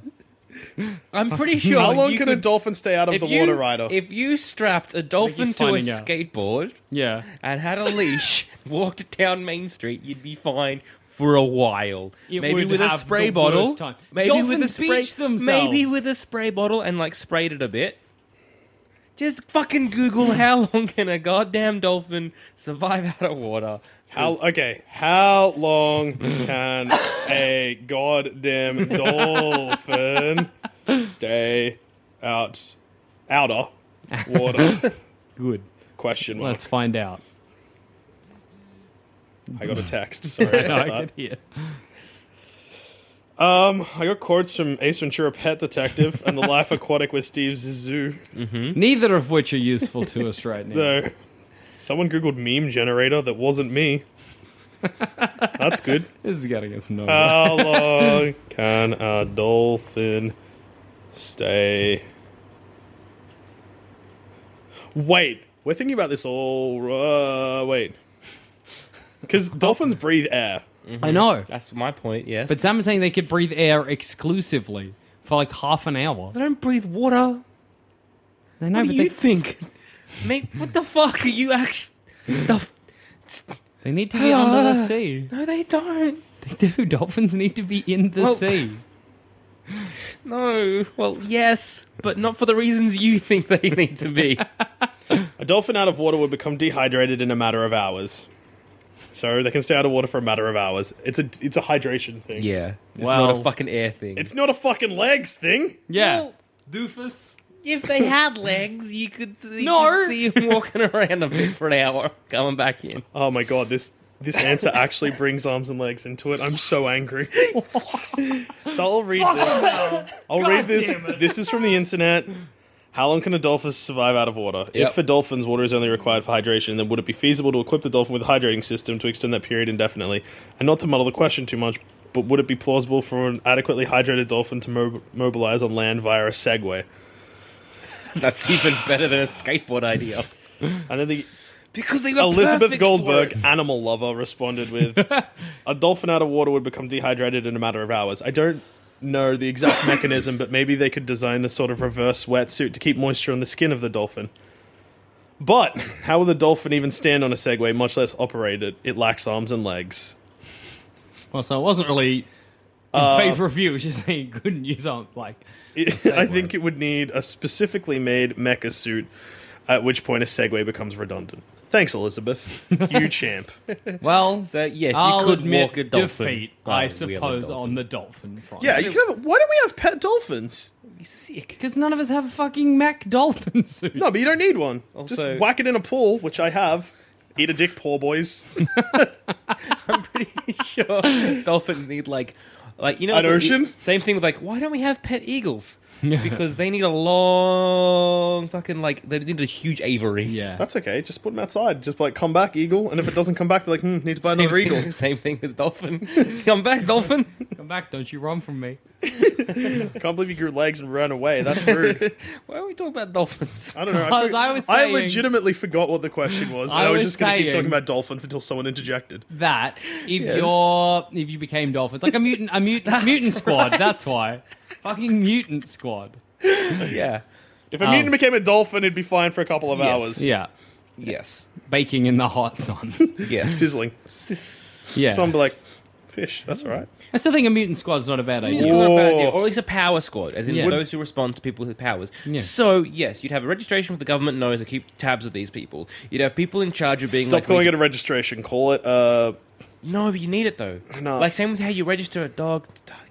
Speaker 5: I'm pretty sure.
Speaker 3: How long
Speaker 5: you
Speaker 3: can
Speaker 5: could,
Speaker 3: a dolphin stay out of the
Speaker 5: you,
Speaker 3: water, Ryder?
Speaker 5: If you strapped a dolphin
Speaker 4: he's
Speaker 5: to a
Speaker 4: finding out.
Speaker 5: skateboard
Speaker 4: Yeah.
Speaker 5: and had a leash, [laughs] walked down Main Street, you'd be fine for a while.
Speaker 4: It
Speaker 5: maybe
Speaker 4: would
Speaker 5: with a
Speaker 4: have
Speaker 5: spray
Speaker 4: the
Speaker 5: bottle.
Speaker 4: worst time.
Speaker 5: Maybe with a
Speaker 4: Dolphins
Speaker 5: spray.
Speaker 4: beach themselves.
Speaker 5: Maybe with a spray bottle and like sprayed it a bit. Just fucking Google [laughs] how long can a goddamn dolphin survive out of water?
Speaker 3: How, okay, how long can
Speaker 4: [coughs]
Speaker 3: a goddamn dolphin stay out outer water?
Speaker 4: Good.
Speaker 3: Question mark.
Speaker 4: Let's find out.
Speaker 3: I got
Speaker 4: [laughs]
Speaker 3: a text. Sorry.
Speaker 4: No, I
Speaker 3: about that.
Speaker 4: could hear.
Speaker 3: Um, I got quotes from Ace Ventura: Pet Detective and The Life Aquatic with Steve Zissou.
Speaker 4: Neither of which are useful to us right now.
Speaker 3: Though someone googled meme generator that wasn't me. That's good.
Speaker 4: This is getting us nowhere.
Speaker 3: How long can a dolphin stay? Wait, we're thinking about this all. Uh, wait, because dolphins breathe air.
Speaker 4: I know.
Speaker 5: That's my point. Yes,
Speaker 4: But Sam is saying they could breathe air exclusively for like half an hour.
Speaker 5: they don't breathe water.
Speaker 4: They know,
Speaker 5: What do
Speaker 4: but
Speaker 5: you
Speaker 4: they,
Speaker 5: think? Mate, what the fuck are you actually? The f-
Speaker 4: they need to be under
Speaker 5: [laughs]
Speaker 4: the sea.
Speaker 5: no, they don't.
Speaker 4: They do. Dolphins need to be in the
Speaker 5: Well- [laughs]
Speaker 4: sea.
Speaker 5: No. Well, yes, but not for the reasons you think they need to be.
Speaker 3: A dolphin out of water would become dehydrated in a matter of hours. So they can stay out of water for a matter of hours. It's a it's a hydration thing.
Speaker 5: [laughs] Yeah, it's not
Speaker 4: Well-
Speaker 5: a fucking air thing.
Speaker 3: It's not a fucking legs thing.
Speaker 4: Yeah.
Speaker 5: Well,
Speaker 4: Doofus.
Speaker 5: if they had legs, you could you
Speaker 4: No.
Speaker 5: could see him walking around a bit for an hour, coming back in.
Speaker 3: Oh my god, this this answer actually brings arms and legs into it. I'm so angry. [laughs] so I'll read this. I'll read this. This is from the internet. How long can a dolphin survive out of water?
Speaker 5: Yep.
Speaker 3: If for dolphins water is only required for hydration, then would it be feasible to equip the dolphin with a hydrating system to extend that period indefinitely? And not to muddle the question too much, but would it be plausible for an adequately hydrated dolphin to mo- mobilize on land via a Segway?
Speaker 5: [laughs] That's even better than a skateboard idea.
Speaker 3: And then the
Speaker 5: Because they were
Speaker 3: [laughs] Elizabeth
Speaker 5: perfect for
Speaker 3: Goldberg,
Speaker 5: it.
Speaker 3: animal lover, responded with, "A dolphin out of water would become dehydrated in a matter of hours." I don't know the exact mechanism, but maybe they could design a sort of reverse wetsuit to keep moisture on the skin of the dolphin. But how will the dolphin even stand on a Segway, much less operate it? It lacks arms and legs. [laughs]
Speaker 4: Well, so I wasn't really in
Speaker 5: uh,
Speaker 4: favor of you. It was just saying good news on like
Speaker 3: I think it would need a specifically made mecha suit. At which point, a segue becomes redundant. Thanks, Elizabeth. You champ.
Speaker 5: [laughs]
Speaker 4: Well,
Speaker 5: So, yes, you
Speaker 4: I'll
Speaker 5: could
Speaker 4: admit
Speaker 5: walk a dolphin
Speaker 4: defeat,
Speaker 5: rather
Speaker 4: I
Speaker 5: than wheel a
Speaker 4: suppose,
Speaker 5: dolphin.
Speaker 4: on the dolphin front. [laughs]
Speaker 3: Yeah, you can have. Why don't we have pet dolphins?
Speaker 5: Sick.
Speaker 4: because none of us have fucking Mac dolphin suits.
Speaker 3: No, but you don't need one.
Speaker 5: Also-
Speaker 3: Just whack it in a pool, which I have. Eat a dick, poor
Speaker 4: [laughs]
Speaker 3: boys.
Speaker 5: I'm pretty [laughs] sure dolphins need like, like you know,
Speaker 3: An
Speaker 5: the-
Speaker 3: ocean?
Speaker 5: Same thing with like, why don't we have pet eagles? Because they need a long fucking like they need a huge aviary.
Speaker 4: yeah,
Speaker 3: That's okay. Just put them outside. Just be like, come back, eagle. And if it doesn't come back, be like, hmm, need to buy
Speaker 5: Same
Speaker 4: [laughs]
Speaker 3: another
Speaker 5: thing,
Speaker 3: eagle.
Speaker 5: [laughs] same thing with dolphin. [laughs] Come back, dolphin.
Speaker 4: come back! Don't you run from me.
Speaker 3: I can't believe you grew legs and ran away.
Speaker 4: [laughs]
Speaker 3: That's rude.
Speaker 5: Why are we talking
Speaker 3: [laughs]
Speaker 5: about dolphins?
Speaker 3: I don't know.
Speaker 4: Because
Speaker 3: forg-
Speaker 4: I was
Speaker 3: I
Speaker 4: saying-
Speaker 3: legitimately forgot what the question was.
Speaker 4: I
Speaker 3: and I was
Speaker 4: was
Speaker 3: just going to keep
Speaker 4: saying-
Speaker 3: talking about dolphins until someone interjected.
Speaker 4: That if you're if you became dolphins, like a mutant, a
Speaker 5: [laughs]
Speaker 4: mutant, mutant squad. That's why, fucking mutant squad.
Speaker 5: Yeah.
Speaker 3: If a
Speaker 4: Um,
Speaker 3: mutant became a dolphin, it'd be fine for a couple of
Speaker 5: Yes.
Speaker 3: hours.
Speaker 4: Yeah,
Speaker 5: Yes.
Speaker 4: baking in the hot
Speaker 5: [laughs]
Speaker 4: sun.
Speaker 5: Yes.
Speaker 3: Sizzling.
Speaker 4: Yeah,
Speaker 3: Someone be like, fish. That's all right.
Speaker 4: I still think a mutant squad is not a bad
Speaker 5: It's
Speaker 4: idea.
Speaker 3: Yeah.
Speaker 5: not a bad idea.
Speaker 3: Whoa.
Speaker 5: Or at least a power squad, as in
Speaker 4: Yeah.
Speaker 5: those who respond to people with powers.
Speaker 4: Yeah.
Speaker 5: So, yes, you'd have a registration for the government knows to keep tabs of these people. You'd have people in charge of being
Speaker 3: Stop
Speaker 5: like,
Speaker 3: calling
Speaker 5: we-
Speaker 3: it a registration. Call it. Uh,
Speaker 5: No, but you need it though.
Speaker 3: No.
Speaker 5: Like same with how you register a dog. God damn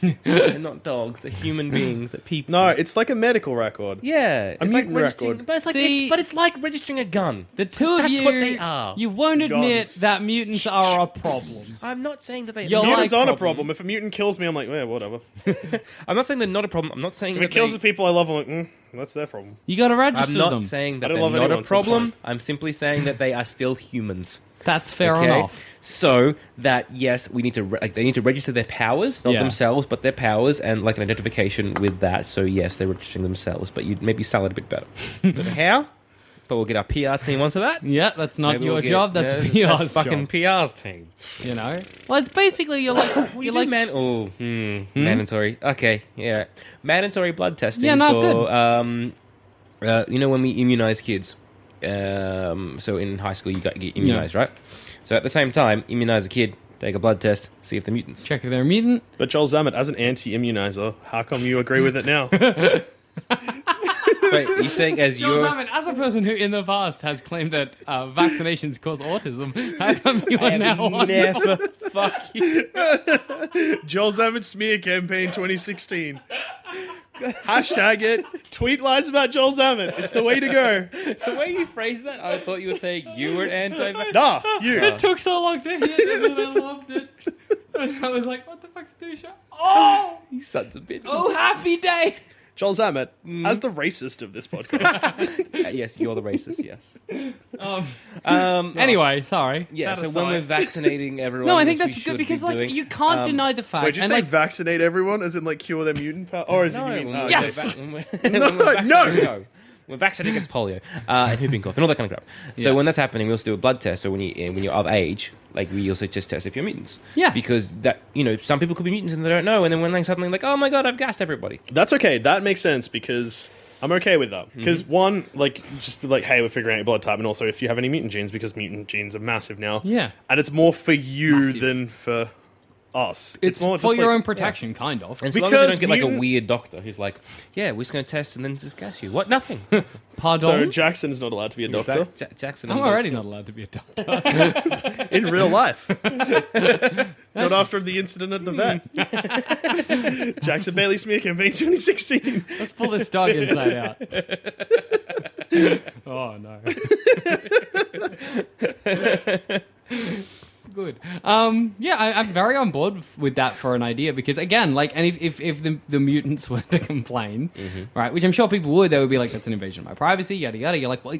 Speaker 3: [laughs]
Speaker 5: it. they're not dogs, they're human beings, they're people.
Speaker 3: no, it's like a medical record.
Speaker 5: Yeah. It's like
Speaker 3: mutant
Speaker 5: registering
Speaker 3: record.
Speaker 5: but it's like
Speaker 4: See-
Speaker 5: it's, but it's like registering a gun.
Speaker 4: The two of
Speaker 5: that's
Speaker 4: you,
Speaker 5: what they are.
Speaker 4: you won't admit
Speaker 3: Guns.
Speaker 4: that mutants are a problem.
Speaker 5: I'm not saying that they
Speaker 4: You're
Speaker 5: no,
Speaker 3: Mutants
Speaker 4: like
Speaker 3: aren't a
Speaker 4: problem.
Speaker 3: problem. If a mutant kills me, I'm like, yeah, whatever.
Speaker 5: I'm not saying they're not a problem. I'm not saying
Speaker 3: If
Speaker 5: that
Speaker 3: it kills
Speaker 5: they,
Speaker 3: the people I love, I'm like, mm, that's their problem.
Speaker 4: You got to
Speaker 5: I'm
Speaker 4: register
Speaker 5: not
Speaker 4: them.
Speaker 3: I
Speaker 5: saying that
Speaker 3: don't
Speaker 5: they're
Speaker 3: love
Speaker 5: not
Speaker 3: anyone,
Speaker 5: a
Speaker 3: so it's [laughs]
Speaker 5: problem. I'm simply saying that they are still humans.
Speaker 4: That's fair
Speaker 5: Okay?
Speaker 4: enough.
Speaker 5: So that yes, we need to re- like they need to register their powers, not
Speaker 4: Yeah.
Speaker 5: themselves, but their powers and like an identification with that. So yes, they're registering themselves, but you'd maybe sell it a bit
Speaker 4: [laughs]
Speaker 5: better. but how? But we'll get our PR team onto that.
Speaker 4: Yeah, that's not
Speaker 5: Maybe
Speaker 4: your
Speaker 5: we'll get-
Speaker 4: job. That's [laughs]
Speaker 5: no,
Speaker 4: PR's
Speaker 5: fucking
Speaker 4: job.
Speaker 5: PR's team.
Speaker 4: You know. Well, it's basically
Speaker 5: [laughs]
Speaker 4: you're like
Speaker 5: You
Speaker 4: you're
Speaker 5: like
Speaker 4: like
Speaker 5: man? Oh, hmm, mandatory. Okay, yeah, right. mandatory blood testing.
Speaker 4: Yeah, no,
Speaker 5: for,
Speaker 4: good.
Speaker 5: Um, uh, you know when we immunize kids, um, so in high school you got get immunized, right? So at the same time, immunize a kid, take a blood test, see if they're
Speaker 4: [laughs]
Speaker 5: mutants.
Speaker 4: check if they're a mutant.
Speaker 3: But Joel Zammit, as an anti-immunizer, how come you agree with it now?
Speaker 5: Wait, you saying as
Speaker 4: Joel
Speaker 5: your
Speaker 4: Salmon, as a person who in the past has claimed that uh, vaccinations cause autism, [laughs] how come you are now on?
Speaker 5: never fuck you?
Speaker 3: [laughs]
Speaker 5: [laughs]
Speaker 3: Joel Zammit smear campaign 2016. Hashtag it. Tweet lies about Joel Zammit. It's the way to go.
Speaker 5: The way you phrased that, I thought you were saying you were anti.
Speaker 3: Nah, you.
Speaker 4: It [laughs] took so long to hear it, and then I loved it. I was like, what the fuck's Dusha? Oh,
Speaker 5: You sons of bitches.
Speaker 4: oh, happy day.
Speaker 3: Joel Zammit, as the racist of this podcast.
Speaker 4: [laughs]
Speaker 5: Uh, yes, you're the racist. Yes.
Speaker 4: Um,
Speaker 5: Um.
Speaker 4: [laughs] anyway, sorry.
Speaker 5: Yeah.
Speaker 4: That
Speaker 5: So
Speaker 4: aside.
Speaker 5: when we're vaccinating everyone,
Speaker 4: no, I think that's
Speaker 5: which we
Speaker 4: good
Speaker 5: should
Speaker 4: because
Speaker 5: be
Speaker 4: like
Speaker 5: doing,
Speaker 4: you can't
Speaker 5: um,
Speaker 4: deny the fact.
Speaker 3: Wait, did you
Speaker 4: and,
Speaker 3: say
Speaker 4: like,
Speaker 3: vaccinate everyone? As in, like, cure their mutant power? Or is
Speaker 5: No,
Speaker 3: it you
Speaker 5: when
Speaker 3: mean...
Speaker 5: we're
Speaker 3: Oh,
Speaker 4: Yes!
Speaker 3: okay.
Speaker 5: vac- uh, when we're- [laughs] when we're
Speaker 3: No,
Speaker 5: vaccinating-
Speaker 3: no!
Speaker 5: We're vaccinated against polio uh, and whooping cough and all that kind of crap. So
Speaker 4: Yeah.
Speaker 5: when that's happening, we also do a blood test. So when you uh, when you're of age, like we also just test if you're mutants.
Speaker 4: Yeah.
Speaker 5: Because that you know some people could be mutants and they don't know, and then when they suddenly like, oh my god, I've gassed everybody.
Speaker 3: That's okay. That makes sense because... I'm okay with that
Speaker 4: Mhm.
Speaker 3: because one, like, just be like, hey, we're figuring out your blood type, and also if you have any mutant genes, because mutant genes are massive now.
Speaker 4: Yeah.
Speaker 3: and it's more for you
Speaker 5: Massive.
Speaker 3: than for us.
Speaker 4: It's,
Speaker 3: more
Speaker 4: for
Speaker 3: just
Speaker 4: your
Speaker 3: like-
Speaker 4: own protection, kind of.
Speaker 5: And so long as we
Speaker 3: Because
Speaker 5: don't get like a
Speaker 3: mutant-
Speaker 5: weird doctor who's like, yeah, we're just going to test and then just gas you. What? Nothing.
Speaker 3: So
Speaker 4: Pardon?
Speaker 3: Jackson's not allowed to be a doctor
Speaker 5: Jack- Jack- Jackson.
Speaker 4: I'm
Speaker 5: and-
Speaker 4: already not allowed to be a doctor.
Speaker 3: in [laughs] real
Speaker 4: [laughs]
Speaker 3: life. not after the incident at the vet.
Speaker 4: Hmm.
Speaker 3: [laughs]
Speaker 4: [laughs]
Speaker 3: Jackson Bailey smear campaign 2016.
Speaker 4: Let's pull this dog inside out. oh no. [laughs] Good. Um, yeah, I, I'm very on board f- with that for an idea because again, like, and if if, if the, the mutants [laughs] were to complain, right, which I'm sure people would, they would be like, "That's an invasion of my privacy," yada yada. You're like, well,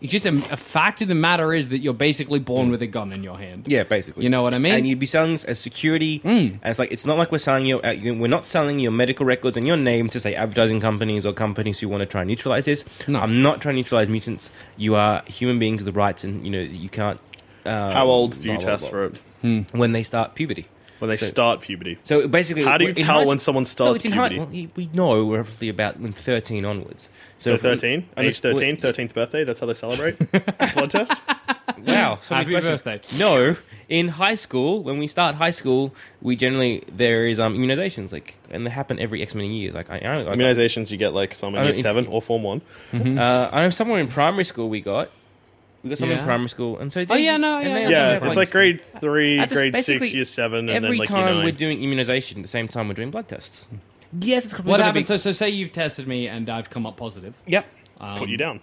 Speaker 4: it's just um, a, a fact of the matter is that you're basically born with a gun in your hand.
Speaker 5: Yeah, basically.
Speaker 4: You know what I mean? Mm.
Speaker 5: And you'd be selling this as security. As like, it's not like we're selling your, uh, you. We're not selling your medical records and your name to say advertising companies or companies who want to try and neutralize this.
Speaker 4: No.
Speaker 5: I'm not trying to neutralize mutants. You are human beings with rights, and you know you can't. Um,
Speaker 3: How old do you
Speaker 5: blah, blah,
Speaker 3: test
Speaker 5: blah.
Speaker 3: for it?
Speaker 5: When they start puberty.
Speaker 3: When they start puberty.
Speaker 5: So basically,
Speaker 3: How do you
Speaker 5: in
Speaker 3: tell
Speaker 5: high
Speaker 3: when
Speaker 5: s-
Speaker 3: someone
Speaker 5: No,
Speaker 3: starts
Speaker 5: it's in high, well,
Speaker 3: puberty?
Speaker 5: we we know roughly about when 13 onwards.
Speaker 3: So
Speaker 5: if we-
Speaker 3: 13,
Speaker 5: and
Speaker 3: age
Speaker 5: if
Speaker 3: 13,
Speaker 5: we-
Speaker 3: 13th birthday, that's how they celebrate. blood test.
Speaker 5: Wow. So many
Speaker 4: Happy
Speaker 5: questions.
Speaker 4: birthday.
Speaker 5: No, in high school, when we start high school, we generally there is um immunizations like, and they happen every X many years. Like I, I, I,
Speaker 3: Immunizations you get like some in
Speaker 5: I
Speaker 3: year
Speaker 5: don't-
Speaker 3: seven or form one.
Speaker 5: uh, I know somewhere in primary school we got we got some in
Speaker 4: Yeah.
Speaker 5: primary school, and so
Speaker 4: Oh, yeah, no,
Speaker 5: and
Speaker 4: yeah,
Speaker 5: they
Speaker 4: yeah.
Speaker 5: also
Speaker 3: Yeah,
Speaker 5: have,
Speaker 3: it's like grade three,
Speaker 5: I just
Speaker 3: grade six,
Speaker 5: basically-
Speaker 3: year seven, and
Speaker 5: every
Speaker 3: then like
Speaker 5: time
Speaker 3: year nine.
Speaker 5: we're doing immunization at the same time we're doing blood tests. Yes, it's
Speaker 4: What happens? So, so say you've tested me and I've come up positive.
Speaker 5: yep.
Speaker 3: Put you down.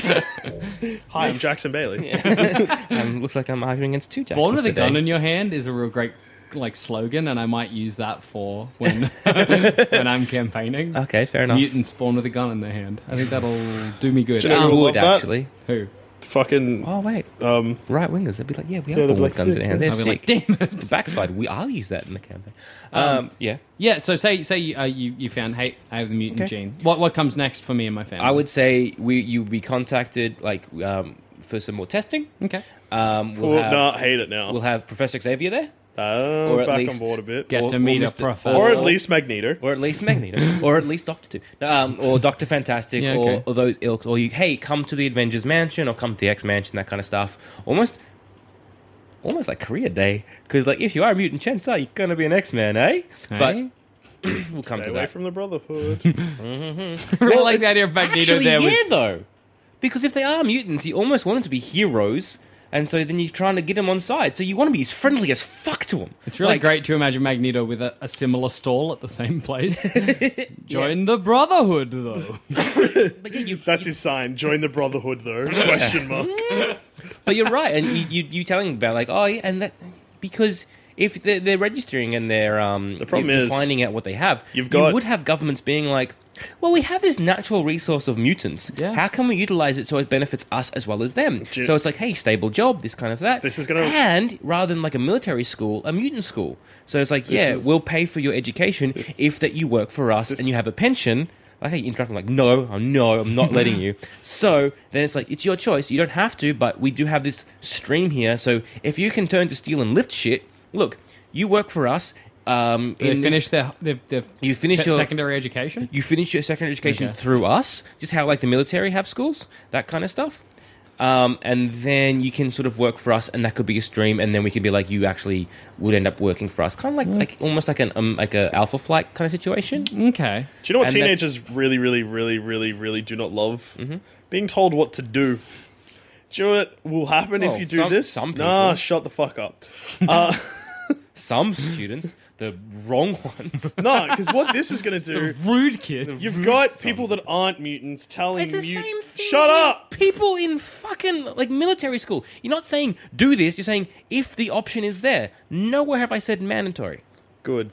Speaker 3: Hi, I'm Jackson Bailey.
Speaker 5: Um, looks like I'm arguing against two jackals
Speaker 4: Born with a
Speaker 5: today.
Speaker 4: gun in your hand is a real great like slogan, and I might use that for when [laughs] when I'm campaigning.
Speaker 5: Okay, fair enough.
Speaker 4: Mutants born with a gun in their hand. I think that'll do me good.
Speaker 3: Do you know
Speaker 5: I
Speaker 4: Um,
Speaker 3: who love
Speaker 5: would
Speaker 3: that.
Speaker 5: actually.
Speaker 4: who?
Speaker 3: Fucking
Speaker 5: Oh wait,
Speaker 3: um,
Speaker 5: right wingers. They'd be like, yeah, we
Speaker 3: Yeah,
Speaker 5: are
Speaker 3: they'd
Speaker 5: born
Speaker 3: be like,
Speaker 5: with guns
Speaker 3: sick.
Speaker 5: in our hands. They're
Speaker 4: I'll be
Speaker 5: sick.
Speaker 4: like, damn it.
Speaker 5: backfired. We I'll use that in the campaign. Um, yeah,
Speaker 4: Yeah. So say say uh, you you found hey I have the mutant
Speaker 5: Okay.
Speaker 4: gene. What what comes next for me and my family?
Speaker 5: I would say we you be contacted like um, for some more testing.
Speaker 4: okay
Speaker 5: Um, we'll
Speaker 3: we'll
Speaker 5: have
Speaker 3: not oh, hate it now.
Speaker 5: we'll have Professor Xavier there,
Speaker 3: Uh,
Speaker 5: or at
Speaker 3: back
Speaker 5: least
Speaker 3: on board a bit,
Speaker 4: get
Speaker 5: Or-
Speaker 4: to
Speaker 5: or
Speaker 4: meet a
Speaker 5: Mr.
Speaker 4: professor.
Speaker 3: or at least Magneto.
Speaker 5: or at least
Speaker 3: [laughs]
Speaker 5: Magneto, or at least Doctor Two, um, or Doctor Fantastic,
Speaker 4: Yeah,
Speaker 5: or,
Speaker 4: okay.
Speaker 5: or those ilk, or you hey come to the Avengers Mansion or come to the X Mansion, that kind of stuff. Almost. Almost like career day, because like if you are a mutant, chances are you're gonna be an X Man, eh? But
Speaker 4: Hey?
Speaker 5: [clears throat] we'll come
Speaker 3: Stay
Speaker 5: to
Speaker 3: away
Speaker 5: that.
Speaker 3: from the Brotherhood.
Speaker 4: [laughs]
Speaker 3: [laughs]
Speaker 4: I really like the idea of Magneto
Speaker 5: Actually,
Speaker 4: there.
Speaker 5: yeah,
Speaker 4: With,
Speaker 5: though, because if they are mutants, you almost want them to be heroes, and so then you're trying to get them on side. So you want to be as friendly as fuck to them.
Speaker 4: it's really great to imagine Magneto with a, a similar stall at the same
Speaker 5: [laughs]
Speaker 4: place. Join the Brotherhood, though.
Speaker 5: But, yeah, you,
Speaker 3: That's his sign. Join the Brotherhood, though? Question mark.
Speaker 5: but you're right, and you, you you telling them about like oh yeah, and that because. If they're, they're registering and they're um, the
Speaker 3: problem is
Speaker 5: finding out what they have,
Speaker 3: you've
Speaker 5: you
Speaker 3: got-
Speaker 5: would have governments being like, "Well, we have this natural resource of mutants.
Speaker 4: Yeah.
Speaker 5: How can we utilize it so it benefits us as well as them?"
Speaker 3: Do you-
Speaker 5: so it's like, "Hey, stable job, this kind of that."
Speaker 3: This is gonna-
Speaker 5: and rather than like a military school, a mutant school. So it's like, yeah,
Speaker 3: is-
Speaker 5: we'll pay for your education if that you work for us and you have a pension. Like hey, you interrupt, I'm like, no, oh, no, I'm not letting
Speaker 4: [laughs]
Speaker 5: you. So then it's like, it's your choice. You don't have to, but we do have this stream here. So if you can turn to steel and lift shit, look, you work for us. Um,
Speaker 4: They
Speaker 5: in this-
Speaker 4: finish their, their, their
Speaker 5: You finish
Speaker 4: te-
Speaker 5: your-
Speaker 4: secondary education.
Speaker 5: you finish your secondary education
Speaker 4: Okay.
Speaker 5: through us, just how like the military have schools, that kind of stuff. Um, and then you can sort of work for us, and that could be a stream. And then we could be like, you actually would end up working for us, kind of like like almost like an um, like a alpha flight kind of situation.
Speaker 4: Okay.
Speaker 3: Do you know what
Speaker 5: And
Speaker 3: teenagers really, really, really, really, really do not love? Being told what to do. Do you know what will happen
Speaker 5: Well,
Speaker 3: if you do
Speaker 5: some-
Speaker 3: this?
Speaker 5: some
Speaker 3: Nah,
Speaker 5: people.
Speaker 3: shut the fuck up.
Speaker 5: Some students, the wrong [laughs] ones.
Speaker 3: No, because what this is [laughs] going to do,
Speaker 4: Rude kids.
Speaker 3: you've got people that aren't mutants telling
Speaker 5: It's the
Speaker 3: you,
Speaker 5: same thing.
Speaker 3: shut
Speaker 5: with
Speaker 3: up.
Speaker 5: People in fucking like military school. You're not saying do this. You're saying if the option is there. Nowhere have I said mandatory.
Speaker 3: Good.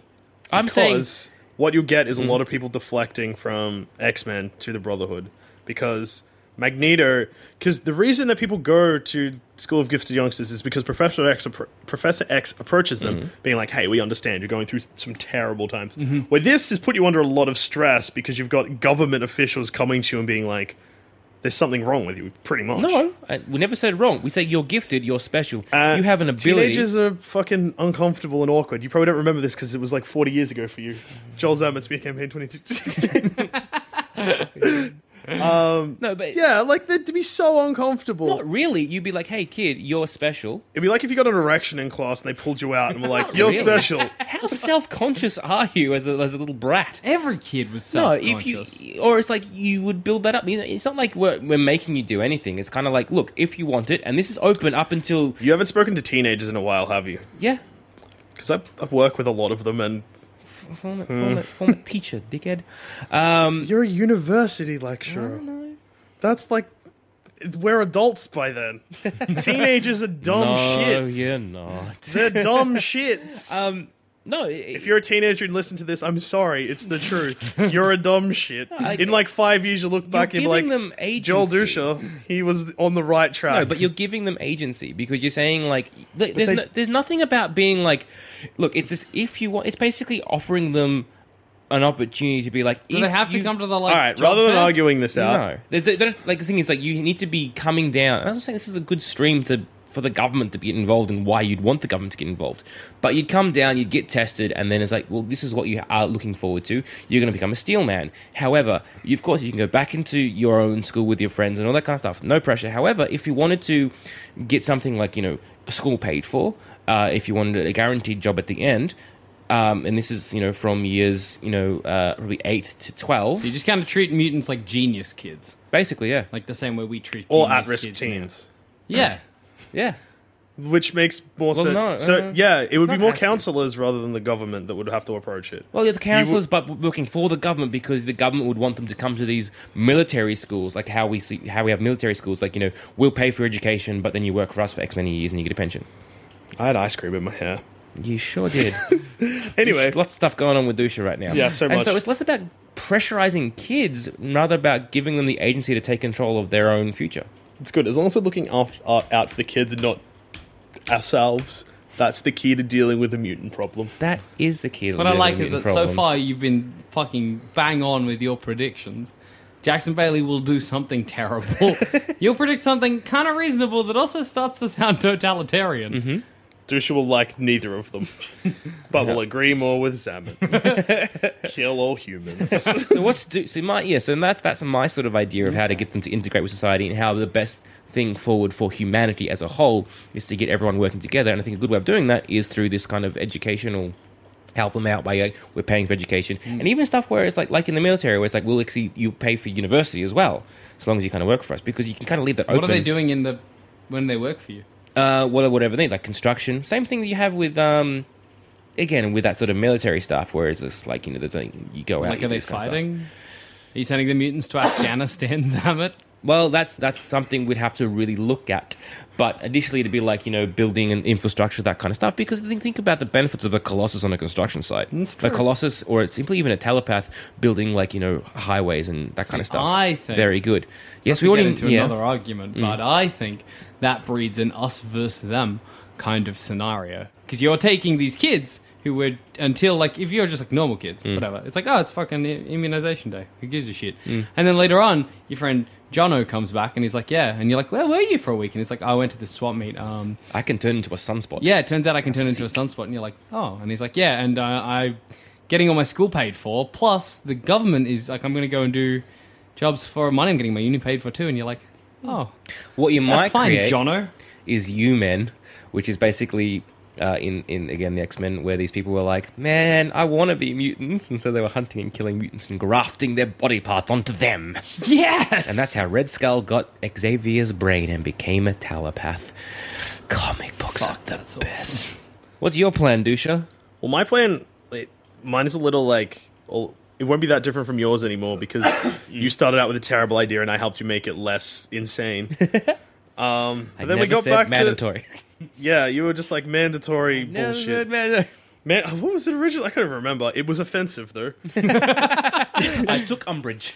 Speaker 5: I'm saying
Speaker 3: because what you'll get is a lot of people deflecting from X Men to the Brotherhood because Magneto. Because the reason that people go to School of Gifted Youngsters is because Professor X, appro- Professor X approaches them, being like, "Hey, we understand you're going through some terrible times." Where this has put you under a lot of stress because you've got government officials coming to you and being like, "There's something wrong with you," pretty much.
Speaker 5: No, I, we never said wrong. We say you're gifted, you're special,
Speaker 3: Uh,
Speaker 5: you have an ability.
Speaker 3: Teenagers are fucking uncomfortable and awkward. You probably don't remember this because it was like 40 years ago for
Speaker 5: [laughs]
Speaker 3: you. Joel Zamet's Spear Campaign 2016.
Speaker 5: no, but
Speaker 3: yeah, like they'd be so uncomfortable.
Speaker 5: not really. You'd be like, hey, kid, you're special.
Speaker 3: It'd be like if you got an erection in class and they pulled you out and were
Speaker 5: [laughs]
Speaker 3: like,
Speaker 5: Not
Speaker 3: "You're
Speaker 5: really.
Speaker 3: special." [laughs]
Speaker 5: How self conscious are you as a, as a little brat?
Speaker 4: Every kid was
Speaker 5: No,
Speaker 4: self
Speaker 5: if you e- or it's like you would build that up. You know, It's not like we're, we're making you do anything. It's kind of like, look, if you want it, and this is open up until
Speaker 3: You haven't spoken to teenagers in a while, have you?
Speaker 5: yeah,
Speaker 3: Because I, I work with a lot of them, and
Speaker 5: form a,
Speaker 3: Hmm.
Speaker 5: form a, form a teacher,
Speaker 3: [laughs]
Speaker 5: dickhead. Um,
Speaker 3: you're a university lecturer. That's like we're adults by
Speaker 5: [laughs]
Speaker 3: then. teenagers are dumb
Speaker 5: no,
Speaker 3: shits.
Speaker 5: Oh, you're not.
Speaker 3: They're
Speaker 5: [laughs]
Speaker 3: dumb shits.
Speaker 5: Um, no, if
Speaker 3: if you're a teenager and listen to this, I'm sorry. It's the
Speaker 5: [laughs]
Speaker 3: truth. You're a dumb shit.
Speaker 5: I-
Speaker 3: in like five years, you look back and be
Speaker 5: giving
Speaker 3: like,
Speaker 5: them agency.
Speaker 3: Joel Dusha, he was on the right track.
Speaker 5: No, but you're giving them agency because you're saying like th- there's
Speaker 3: they-
Speaker 5: no, there's nothing about being like, look, it's just if you want, it's basically offering them an opportunity to be like,
Speaker 4: do
Speaker 5: if
Speaker 4: they have
Speaker 5: you-
Speaker 4: to come to the like?
Speaker 3: All right,
Speaker 4: job
Speaker 3: rather than
Speaker 4: fair?
Speaker 3: arguing this out,
Speaker 5: No, they, they don't, like the thing is like you need to be coming down. And I'm saying this is a good stream to for the government to get involved and why you'd want the government to get involved. But you'd come down, you'd get tested, and then it's like, well, this is what you are looking forward to. You're going to become a steel man. However, you, of course, you can go back into your own school with your friends and all that kind of stuff. No pressure. However, if you wanted to get something like, you know, school paid for, uh, if you wanted a guaranteed job at the end, um, and this is, you know, from years, you know, uh, probably 8 to 12.
Speaker 4: You just kind of treat mutants like genius kids,
Speaker 5: Basically, yeah.
Speaker 4: like the same way we treat
Speaker 3: All
Speaker 4: genius
Speaker 3: at risk
Speaker 4: kids now.
Speaker 3: teens.
Speaker 4: Yeah,
Speaker 5: Yeah.
Speaker 3: Which makes more sense.
Speaker 5: no,
Speaker 3: so
Speaker 5: uh,
Speaker 3: yeah, it would be
Speaker 5: not
Speaker 3: more
Speaker 5: actually.
Speaker 3: councillors rather than the government that would have to approach it.
Speaker 5: Well, yeah, the councillors, but working for the government because the government would want them to come to these military schools, like how we see how we have military schools, like you know, we'll pay for your education, but then you work for us for X many years and you get a pension.
Speaker 3: I had ice cream in my hair. [laughs]
Speaker 5: You sure did.
Speaker 3: Anyway,
Speaker 5: There's lots of stuff going on with Dusha right now.
Speaker 3: Yeah, so
Speaker 5: And
Speaker 3: much.
Speaker 5: so it's less about pressurizing kids, rather about giving them the agency to take control of their own future.
Speaker 3: it's good as long as we're looking after, uh, out for the kids and not ourselves. That's the key to dealing with the mutant problem.
Speaker 5: That is the key. to
Speaker 4: What I
Speaker 5: the
Speaker 4: like is that
Speaker 5: mutant
Speaker 4: so
Speaker 5: problems.
Speaker 4: far you've been fucking bang on with your predictions. Jackson Bailey will do something
Speaker 3: [laughs]
Speaker 4: terrible. You'll predict something kind of reasonable that also starts to sound totalitarian.
Speaker 3: Mm-hmm. Dusha will like neither of
Speaker 5: [laughs]
Speaker 3: them, but will agree more with Zaman. Kill all humans.
Speaker 5: so what's do so my yeah so that's that's my sort of idea of how to get them to integrate with society and how the best thing forward for humanity as a whole is to get everyone working together and i think a good way of doing that is through this kind of educational help them out by like, we're paying for education
Speaker 4: Mm.
Speaker 5: and even stuff where it's like like in the military where it's like we'll actually you pay for university as well as long as you kind of work for us because you can kind of leave that
Speaker 4: What
Speaker 5: open
Speaker 4: are they doing in the when they work for you?
Speaker 5: uh, well, whatever they like construction. Same thing that you have with um, again with that sort of military stuff, where it's just like you know, there's like you go out.
Speaker 4: like, are
Speaker 5: you do
Speaker 4: they
Speaker 5: this kind of stuff.
Speaker 4: fighting? Are you sending the mutants
Speaker 3: [coughs]
Speaker 4: to Afghanistan, [laughs] Zamet?
Speaker 5: Well, that's that's something we'd have to really look at. But additionally, it'd be like you know building an infrastructure, that kind of stuff. Because think think about the benefits of a colossus on a construction site.
Speaker 4: Mm,
Speaker 5: The colossus, or simply even a telepath building like you know highways and that kind of
Speaker 4: See,
Speaker 5: stuff.
Speaker 4: I think-
Speaker 5: very good. Yes,
Speaker 4: we
Speaker 5: we
Speaker 4: get
Speaker 5: already
Speaker 4: into
Speaker 5: yeah. Mm.
Speaker 4: another argument, but I think that breeds an us versus them kind of scenario because you're taking these kids who were until like if you're just like normal kids,
Speaker 5: Mm.
Speaker 4: whatever. It's like oh, it's fucking i- immunization day. Who gives a shit?
Speaker 5: Mm.
Speaker 4: And then later on, your friend Jono comes back and he's like, yeah, and you're like, where were you for a week? And he's like, I went to this swap meet. Um,
Speaker 5: I can turn into a sunspot.
Speaker 4: yeah, it turns out I can turn into a sunspot. And you're like, oh. And he's like, yeah, and uh, I'm getting all my school paid for. Plus, the government is like, I'm going to go and do jobs for money. I'm getting my uni paid for too. And you're like, oh,
Speaker 5: What you
Speaker 4: that's
Speaker 5: might
Speaker 4: fine,
Speaker 5: create
Speaker 4: Jono.
Speaker 5: is you men, which is basically uh, in in again the X Men, where these people were like, "Man, I want to be mutants," and so they were hunting and killing mutants and grafting their body parts onto [laughs] them.
Speaker 4: Yes.
Speaker 5: And that's how Red Skull got Xavier's brain and became a telepath. Comic books are the
Speaker 4: that's
Speaker 5: best. What's your plan, Dusha?
Speaker 3: Well, my plan, like, mine is a little like all- it won't be that different from yours anymore [coughs] because you started out with a terrible idea and I helped you make it less insane. [laughs] um,
Speaker 5: I
Speaker 3: but then we
Speaker 5: never
Speaker 3: got
Speaker 5: said
Speaker 3: back to
Speaker 5: mandatory.
Speaker 3: yeah, you were just like mandatory [laughs]
Speaker 5: Never
Speaker 3: bullshit.
Speaker 5: said mandatory.
Speaker 3: Man, what was it originally? I can't even remember. It was offensive though.
Speaker 5: I took umbrage.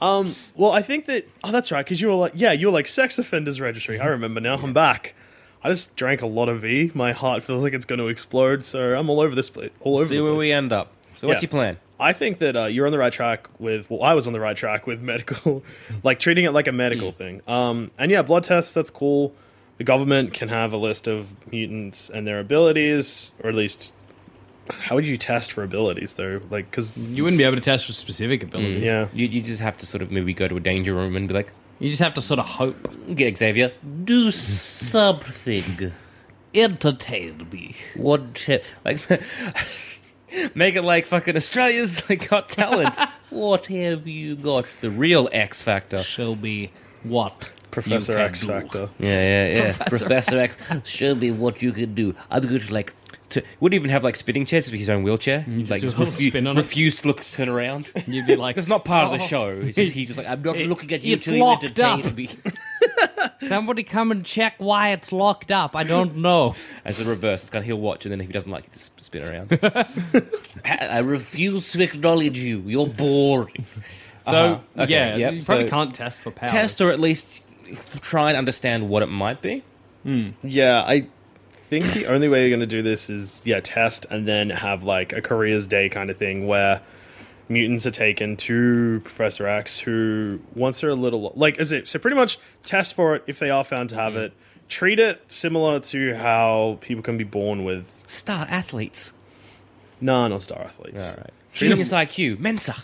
Speaker 3: Well, I think that oh, that's right because you were like, yeah, you were like sex offenders registry. I remember now. I'm back. I just drank a lot of V. My heart feels like it's going to explode, so I'm all over this place. All over.
Speaker 5: [laughs] See
Speaker 3: the
Speaker 5: where
Speaker 3: place.
Speaker 5: we end up. So, what's
Speaker 3: Yeah.
Speaker 5: your plan?
Speaker 3: I think that uh, you're on the right track with. Well, I was on the right track with [laughs] medical, like treating it like a
Speaker 5: Hmm.
Speaker 3: medical thing. Um, and yeah, blood tests. That's cool. The government can have a list of mutants and their abilities, or at least, how would you test for abilities though? Like, because
Speaker 4: you wouldn't be able to test for specific abilities.
Speaker 3: yeah,
Speaker 5: You, you just have to sort of maybe go to a danger room and be like,
Speaker 4: You just have to sort of hope.
Speaker 5: "Get Xavier, do something."
Speaker 4: Entertain me.
Speaker 5: What tip? Like, [laughs] make it like fucking Australia's like
Speaker 4: [laughs]
Speaker 5: Got Talent. what have you got? The real X Factor.
Speaker 4: Show me what
Speaker 3: Professor
Speaker 4: you can
Speaker 3: X
Speaker 4: do.
Speaker 3: Factor.
Speaker 5: Yeah, yeah, yeah. Professor X, show me what you can do. I'm going to like. To, wouldn't even have like spinning chairs with his own wheelchair. He'd,
Speaker 4: Mm, just
Speaker 5: like
Speaker 4: do a little spin on it.
Speaker 5: refuse to look, turn around.
Speaker 4: [laughs] You'd
Speaker 5: [laughs]
Speaker 4: be like, oh.
Speaker 5: It's not part of the show. It's just, he's just like, I'm not
Speaker 4: It-
Speaker 5: looking at you.
Speaker 4: it's
Speaker 5: till you
Speaker 4: locked
Speaker 5: entertain
Speaker 4: up.
Speaker 5: me.
Speaker 4: [laughs] somebody come and check why it's locked up. I don't know.
Speaker 5: As the reverse, it's kind of he'll watch, and then if he doesn't like it, just spin
Speaker 3: [laughs]
Speaker 5: around. I refuse to acknowledge you. You're boring.
Speaker 4: So
Speaker 5: Uh-huh. Okay,
Speaker 4: yeah,
Speaker 5: yep,
Speaker 4: you probably
Speaker 5: so-
Speaker 4: can't test for powers.
Speaker 5: test or at least f- try and understand what it might be.
Speaker 3: Yeah, I think the only way you're going to do this is yeah, test and then have like a careers day kind of thing where mutants are taken to Professor
Speaker 5: Mm-hmm.
Speaker 3: X, who once they're a little like is it so pretty much test for it if they are found to have it. treat it similar to how people can be born with
Speaker 5: Star athletes.
Speaker 3: no, not star athletes.
Speaker 5: All right. Genius IQ. [laughs] Mensa.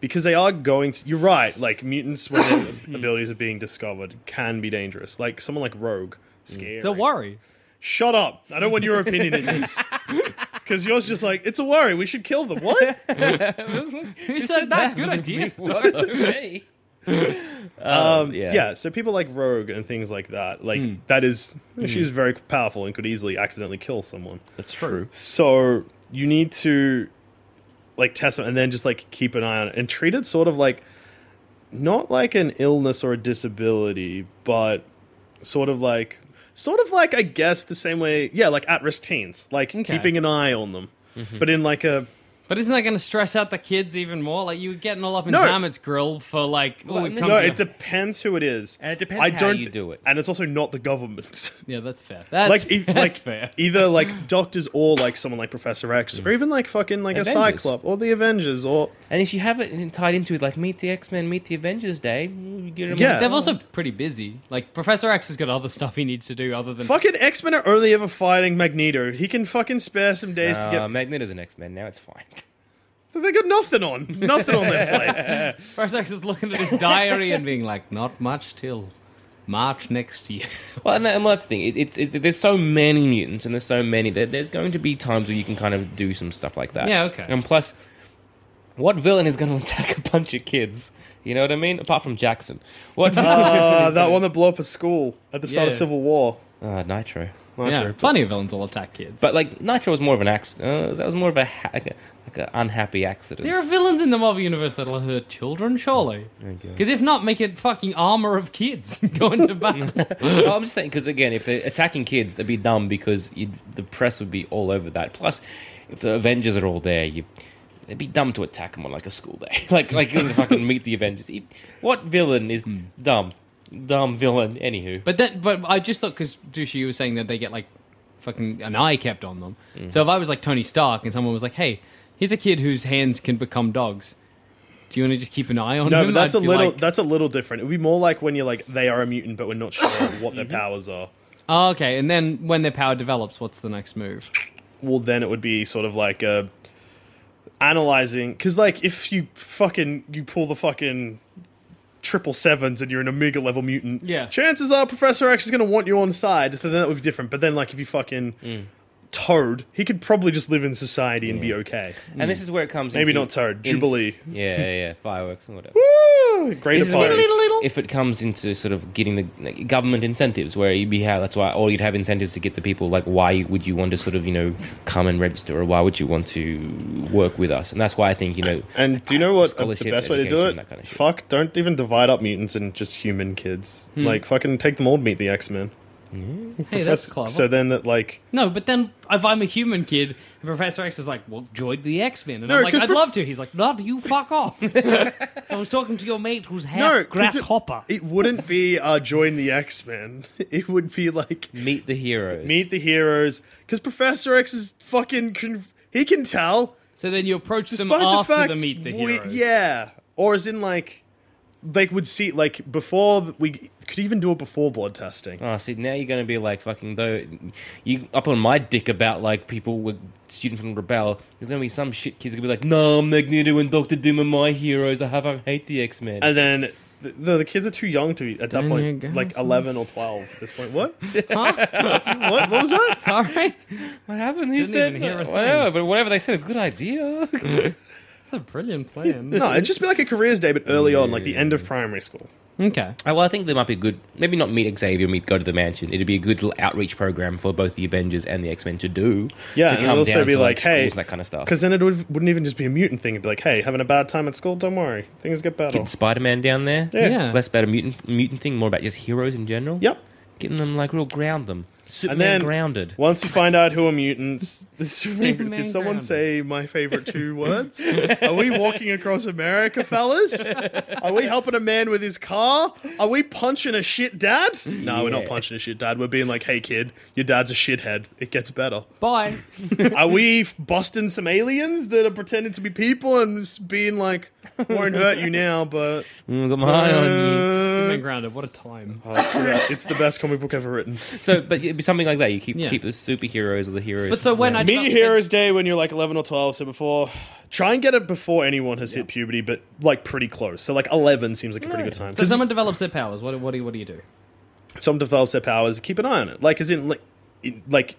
Speaker 3: because they are going to. You're right. Like mutants, when their [coughs] abilities are being discovered, can be dangerous. Like someone like Rogue,
Speaker 5: Mm.
Speaker 3: scary.
Speaker 4: It's a worry.
Speaker 3: Shut up! I don't want your opinion in [laughs] this. Because yours just like it's a worry. We should kill them. What?
Speaker 4: Who said that? Good idea.
Speaker 5: [laughs]
Speaker 3: Um, [laughs] yeah. Hmm. So people like Rogue and things like that. Like that is she's very powerful and could easily accidentally kill someone.
Speaker 5: That's true.
Speaker 3: So you need to like test them and then just like keep an eye on it and treat it sort of like not like an illness or a disability, but sort of like sort of like I guess the same way, yeah, like at risk teens, like
Speaker 4: Okay.
Speaker 3: keeping an eye on them, but in like a
Speaker 4: But isn't that going to stress out the kids even more? Like you were getting all up in
Speaker 3: No.
Speaker 4: Hammett's grill for like, oh,
Speaker 5: Well,
Speaker 4: we've
Speaker 5: and
Speaker 4: come
Speaker 3: no,
Speaker 4: to-
Speaker 3: it depends who it is,
Speaker 5: And it depends how you
Speaker 3: th-
Speaker 5: do it.
Speaker 3: and it's also not the government. [laughs]
Speaker 4: yeah, that's fair. That's,
Speaker 3: like,
Speaker 4: [laughs]
Speaker 3: e-
Speaker 4: that's
Speaker 3: like
Speaker 4: fair.
Speaker 3: either like doctors or like someone like Professor X, or even like fucking like a
Speaker 5: Avengers.
Speaker 3: Cyclop or the Avengers, or
Speaker 5: And if you have it in- tied into like meet the X Men, meet the Avengers Day, you get them
Speaker 3: Yeah.
Speaker 5: on-
Speaker 3: That
Speaker 4: They're also pretty busy. Like Professor X has got other stuff he needs to do other than
Speaker 3: fucking X Men are only ever fighting Magneto. He can fucking spare some days
Speaker 5: Uh,
Speaker 3: to get.
Speaker 5: Magneto's an X Men now. It's fine.
Speaker 3: They got nothing on, nothing on their plate.
Speaker 4: Professor X is looking at his diary and being like, not much till March next year.
Speaker 5: Well, and, that, and that's the thing. It, it's it, there's so many mutants, and there's so many that there's going to be times where you can kind of do some stuff like that.
Speaker 4: Yeah, okay.
Speaker 5: And plus, what villain is going to [laughs] attack a bunch of kids? You know what I mean? Apart from Jackson,
Speaker 4: [laughs]
Speaker 5: what?
Speaker 3: Uh, that one that blew up a school at the start of
Speaker 4: Yeah.
Speaker 3: Civil War.
Speaker 5: uh, Nitro.
Speaker 4: yeah, plenty of villains will attack kids.
Speaker 5: But like Nitro was more of an accident. Uh, that was more of a ha- like a like an unhappy accident.
Speaker 4: there are villains in the Marvel universe that'll hurt children, surely. Because if not, make it fucking armor of kids going
Speaker 3: [laughs]
Speaker 4: to battle.
Speaker 5: Well, I'm just saying because again, if they're attacking kids, they'd be dumb because you'd, the press would be all over that. Plus, if the Avengers are all there, you it'd be dumb to attack them on like a school day, [laughs] like like if I can meet the Avengers. E- What villain is
Speaker 3: Hmm.
Speaker 5: dumb, dumb villain? Anywho,
Speaker 4: But that, but I just thought because Dushi you were saying that they get like fucking an eye kept on them. So if I was like Tony Stark and someone was like, "Hey, here's a kid whose hands can become dogs. Do you want to just keep an eye on
Speaker 3: No,
Speaker 4: him?"
Speaker 3: but that's
Speaker 4: I'd
Speaker 3: a
Speaker 4: be
Speaker 3: little
Speaker 4: like,
Speaker 3: that's a little different. It would be more like when you're like they are a mutant, but we're not sure what their powers are.
Speaker 4: "Oh, okay. And then when their power develops, what's the next move?
Speaker 3: Well, then it would be sort of like uh, analyzing because like if you fucking you pull the fucking triple sevens and you're an Omega level mutant,
Speaker 4: Yeah.
Speaker 3: chances are Professor X is going to want you on side. So then that would be different. But then like if you fucking
Speaker 5: Mm.
Speaker 3: Toad, he could probably just live in society and be okay.
Speaker 5: and this is where it comes.
Speaker 3: Maybe
Speaker 5: into
Speaker 3: not Toad,
Speaker 5: ins-
Speaker 3: Jubilee.
Speaker 5: yeah, yeah, yeah, fireworks and whatever.
Speaker 3: Woo! Greater
Speaker 5: This is where
Speaker 3: parties.
Speaker 5: it's- if it comes into sort of getting the like, government incentives, where you'd be how that's why, or you'd have incentives to get the people like, why would you want to sort of you know come and register, or why would you want to work with us? And that's why I think you know.
Speaker 3: And do you know what uh, the
Speaker 5: Scholarships,
Speaker 3: best way to do
Speaker 5: education,
Speaker 3: it?
Speaker 5: that kind of shit.
Speaker 3: Fuck, don't even divide up mutants and just human kids.
Speaker 5: Hmm.
Speaker 3: Like, fucking take them all to meet the X Men.
Speaker 4: Hey, that's clever.
Speaker 3: So then that, like,
Speaker 4: no, but then if I'm a human kid, and Professor X is like, "Well, join the X Men," and
Speaker 3: No,
Speaker 4: I'm like,
Speaker 3: 'cause
Speaker 4: "I'd
Speaker 3: Prof-
Speaker 4: love to." He's like, "Not you, fuck
Speaker 3: [laughs]
Speaker 4: off." I was talking to your mate who's half
Speaker 3: 'cause it-
Speaker 4: grasshopper.
Speaker 3: It, wouldn't be uh, join the X Men. [laughs] It would be like
Speaker 5: Meet the heroes.
Speaker 3: meet the heroes. Because Professor X is fucking. Conf- he can tell.
Speaker 4: so then you approach them
Speaker 3: Despite the
Speaker 4: after
Speaker 3: fact,
Speaker 4: the meet the
Speaker 3: we-
Speaker 4: heroes.
Speaker 3: yeah, or as in like, like would see like before th- we could even do it before blood testing.
Speaker 5: Oh, see, now you're going to be like fucking though. You up on my dick about like people with students from Rebel. There's going to be some shit kids going to be like, "No, Magneto and Doctor Doom are my heroes. I have I hate the X Men."
Speaker 3: And then the, the, the kids are too young to be at that
Speaker 4: Daniel
Speaker 3: point,
Speaker 4: Gans-
Speaker 3: like eleven or twelve at this point. What?
Speaker 4: [laughs]
Speaker 3: [laughs] what? [laughs] What was that?
Speaker 4: Sorry,
Speaker 5: What happened? Who
Speaker 4: Didn't
Speaker 5: said?
Speaker 4: even hear a thing.
Speaker 5: Whatever, but whatever they said, good idea. [laughs]
Speaker 4: that's a brilliant plan.
Speaker 3: No, it'd just be like a careers day, but early on, like the end of primary school.
Speaker 4: Okay.
Speaker 5: Uh, Well, I think there might be a good, maybe not meet Xavier, meet go to the mansion. It'd be a good little outreach program for both the Avengers and the X Men to do.
Speaker 3: Yeah,
Speaker 5: to
Speaker 3: and it'd also be like, hey,
Speaker 5: schools and that kind of stuff.
Speaker 3: Because then it would, wouldn't even just be a mutant thing. It'd be like, hey, having a bad time at school? Don't worry, things get better.
Speaker 5: Get Spider Man down there.
Speaker 3: Yeah.
Speaker 4: Yeah.
Speaker 5: less about a mutant mutant thing, more about just heroes in general.
Speaker 3: Yep.
Speaker 5: getting them like real ground them. Superman
Speaker 3: And then
Speaker 5: grounded.
Speaker 3: Once you find out who are mutants, [laughs] the Superman,
Speaker 4: Superman
Speaker 3: did someone
Speaker 4: grounded.
Speaker 3: say my favorite two words? are we walking across America, fellas? Are we helping a man with his car? Are we punching a shit dad? No, we're not
Speaker 5: Yeah.
Speaker 3: punching a shit dad. We're being like, hey kid, your dad's a shithead. It gets better.
Speaker 4: Bye.
Speaker 3: [laughs] Are we f- busting some aliens that are pretending to be people and s- being like, won't hurt you now, but
Speaker 5: Mm, got my eye
Speaker 3: Uh,
Speaker 5: on you.
Speaker 4: Superman grounded. What a time.
Speaker 3: Yeah, [laughs] it's the best comic book ever written.
Speaker 5: So, but it'd be something like that. You keep
Speaker 4: Yeah.
Speaker 5: keep the superheroes or the heroes.
Speaker 4: But so when I
Speaker 3: Meet
Speaker 4: developed-
Speaker 3: your heroes day when you're like 11 or 12. So before, try and get it before anyone has hit puberty, but like pretty close. So like 11 seems like a pretty good time.
Speaker 4: so
Speaker 3: 'Cause
Speaker 4: someone develops their powers. What what do you, what do you do?
Speaker 3: some develops their powers. Keep an eye on it. Like as in like, it, like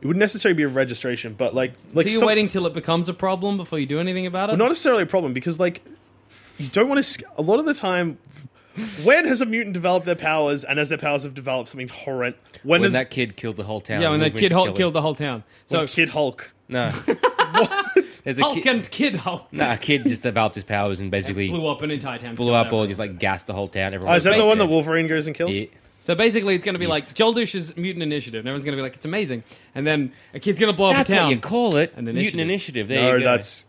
Speaker 3: it wouldn't necessarily be a registration, but like like
Speaker 4: so you're
Speaker 3: some-
Speaker 4: waiting till it becomes a problem before you do anything about it.
Speaker 3: not necessarily a problem because like you don't want to. A lot of the time. When has a mutant developed their powers, and as their powers have developed something horrend? When,
Speaker 5: when
Speaker 3: does
Speaker 5: that kid killed the whole town.
Speaker 4: yeah, when that
Speaker 5: movement
Speaker 4: kid Hulk
Speaker 5: killer.
Speaker 4: killed the whole town. So
Speaker 3: when Kid Hulk?
Speaker 4: [laughs]
Speaker 3: [laughs]
Speaker 5: No. There's a
Speaker 4: Hulk
Speaker 5: kid,
Speaker 4: and Kid Hulk
Speaker 5: nah, a kid just developed his powers and basically
Speaker 4: blew up an entire town.
Speaker 5: blew
Speaker 4: killed
Speaker 5: up or
Speaker 4: everyone.
Speaker 5: just like gassed the whole town.
Speaker 3: Oh,
Speaker 5: Everyone
Speaker 3: is that the
Speaker 5: was
Speaker 3: one that
Speaker 5: dead.
Speaker 3: Wolverine goes and kills?
Speaker 5: Yeah.
Speaker 4: So basically, it's going to be
Speaker 5: Yes.
Speaker 4: like Joel Dush's mutant initiative. And everyone's going to be like, it's amazing. And then a kid's going to blow
Speaker 5: That's
Speaker 4: up a town.
Speaker 5: what you call it.
Speaker 4: An initiative.
Speaker 5: Mutant initiative. There
Speaker 3: No,
Speaker 5: you go.
Speaker 3: that's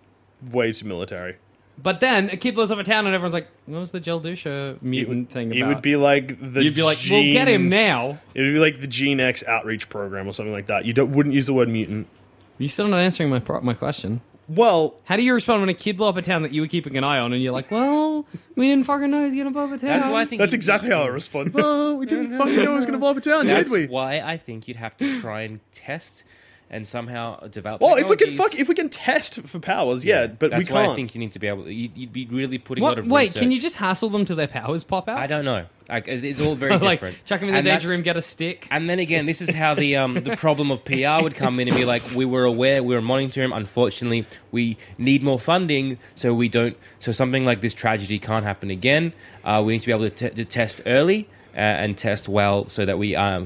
Speaker 3: way too military.
Speaker 4: But then a kid blows up a town, and everyone's like, what was the Joel Dush uh, mutant thing about?
Speaker 3: It would be like the
Speaker 4: You'd be like,
Speaker 3: gene,
Speaker 4: we'll get him now.
Speaker 3: It would be like the Gene X outreach program or something like that. You don't, wouldn't use the word mutant.
Speaker 4: You still not answering my pro- my question.
Speaker 3: Well,
Speaker 4: How do you respond when a kid blew up a town that you were keeping an eye on, and you're like, well, we didn't fucking know he's going to blow up a town.
Speaker 5: That's why I think
Speaker 3: that's
Speaker 5: you-
Speaker 3: exactly how I respond. [laughs] Well, we didn't fucking know it was going to blow up a town, did
Speaker 5: That's
Speaker 3: we?
Speaker 5: why I think you'd have to try and test and somehow develop.
Speaker 3: Well, if we can
Speaker 5: technologies.
Speaker 3: fuck, if we can test for powers, yeah, but
Speaker 5: that's
Speaker 3: we can't.
Speaker 5: why I think you need to be able. You'd, you'd be really putting a lot
Speaker 4: What?
Speaker 5: of
Speaker 4: Wait,
Speaker 5: research.
Speaker 4: can you just hassle them till their powers pop out?
Speaker 5: I don't know. Like
Speaker 3: [laughs]
Speaker 5: it- it's all
Speaker 4: [laughs]
Speaker 5: very
Speaker 4: like,
Speaker 5: different.
Speaker 4: chuck them in the
Speaker 5: And
Speaker 4: danger
Speaker 5: that's-
Speaker 4: room, get a stick.
Speaker 5: And then again, this is how the um, the problem of PR would come in and be like, we were aware, we were monitoring. Unfortunately, we need more funding, so we don't. So something like this tragedy can't happen again. Uh, we need to be able to, t- to test early uh, and test well, so that we um,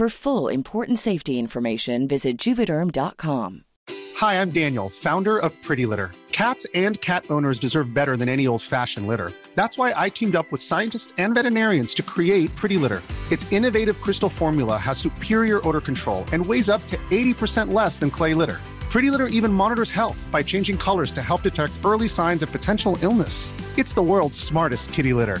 Speaker 6: For full important safety information, visit juvederm.com.
Speaker 7: Hi, I'm Daniel, founder of Pretty Litter. Cats and cat owners deserve better than any old fashioned litter. That's why I teamed up with scientists and veterinarians to create Pretty Litter. Its innovative crystal formula has superior odor control and weighs up to 80% less than clay litter. Pretty Litter even monitors health by changing colors to help detect early signs of potential illness. It's the world's smartest kitty litter.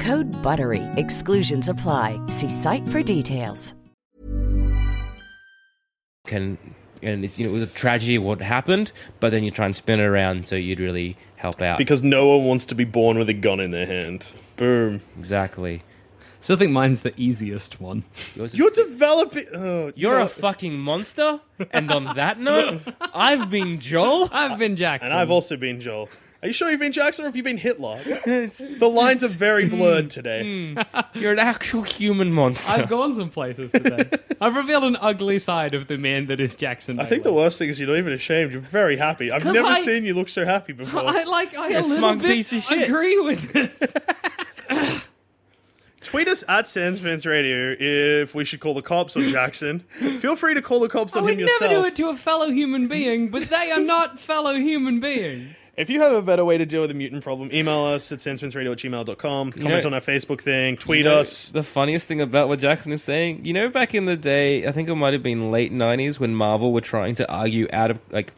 Speaker 6: Code BUTTERY. Exclusions apply. See site for details.
Speaker 5: can. And it's you know it was a tragedy of what happened, but then you try and spin it around so you'd really help
Speaker 4: Ah.
Speaker 5: out.
Speaker 3: because no one wants to be born with a gun in their hand. Boom.
Speaker 5: exactly.
Speaker 4: Still think mine's the easiest
Speaker 5: [laughs]
Speaker 4: one.
Speaker 5: Yours is-
Speaker 3: You're developing. Oh,
Speaker 5: You're
Speaker 3: know-
Speaker 5: a fucking monster. And on that note, I've been Joel.
Speaker 4: I've been Jackson.
Speaker 3: and I've also been Joel. Are you sure you've been Jackson or have you been [laughs] Hitler? the lines are very blurred today.
Speaker 5: You're an actual human monster.
Speaker 4: I've gone some places
Speaker 5: [laughs]
Speaker 4: today. I've revealed an ugly side of the man that is Jackson.
Speaker 3: I think the
Speaker 4: Wayland.
Speaker 3: worst thing is you're not even ashamed. You're very happy. I've
Speaker 4: 'Cause
Speaker 3: never
Speaker 4: I-
Speaker 3: seen you look so happy before.
Speaker 4: [laughs] I like. I a
Speaker 5: a
Speaker 4: little
Speaker 5: smug
Speaker 4: bit
Speaker 5: piece of shit.
Speaker 4: agree
Speaker 5: [laughs]
Speaker 4: with it.
Speaker 3: Tweet us at Sansman's Radio if we should call the cops on Jackson. Feel free to call the cops
Speaker 4: I
Speaker 3: on
Speaker 4: would
Speaker 3: him
Speaker 4: never do
Speaker 3: yourself.
Speaker 4: it to a fellow human being, but they are not fellow human beings.
Speaker 3: If you have a better way to deal with the mutant problem, email us at sansmansradio at gmail.com. Comment
Speaker 5: know-
Speaker 3: on our Facebook thing. Tweet
Speaker 5: know,
Speaker 3: us.
Speaker 5: The funniest thing about what Jackson is saying, you know, back in the day, I think it might have been late '90s when Marvel were trying to argue out of like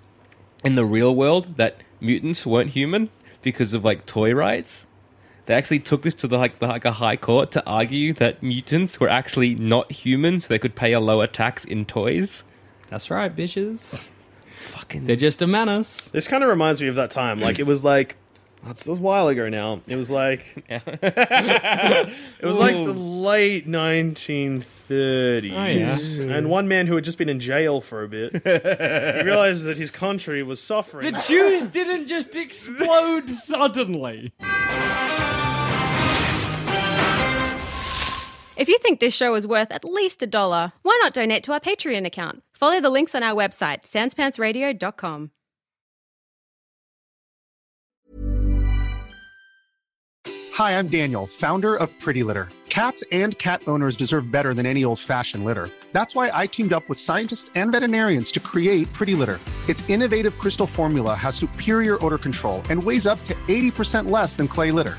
Speaker 5: in the real world that mutants weren't human because of like toy rights. They actually took this to the like the like a high court to argue that mutants were actually not human, so they could pay a lower tax in toys.
Speaker 4: That's right, bitches.
Speaker 5: Fucking
Speaker 4: They're just a menace.
Speaker 3: This kind of reminds me of that time. Like, it was like. That's a while ago now. It was like it was like the late 1930s,
Speaker 4: Oh,
Speaker 3: and one man who had just been in jail for a bit realized that his country was
Speaker 4: The
Speaker 3: suffering.
Speaker 4: Jews didn't just explode suddenly.
Speaker 8: If you think this show is worth at least a dollar, why not donate to our Patreon account? Follow the links on our website, sanspantsradio.com.
Speaker 7: Hi, I'm Daniel, founder of Pretty Litter. Cats and cat owners deserve better than any old fashioned litter. That's why I teamed up with scientists and veterinarians to create Pretty Litter. Its innovative crystal formula has superior odor control and weighs up to 80% less than clay litter.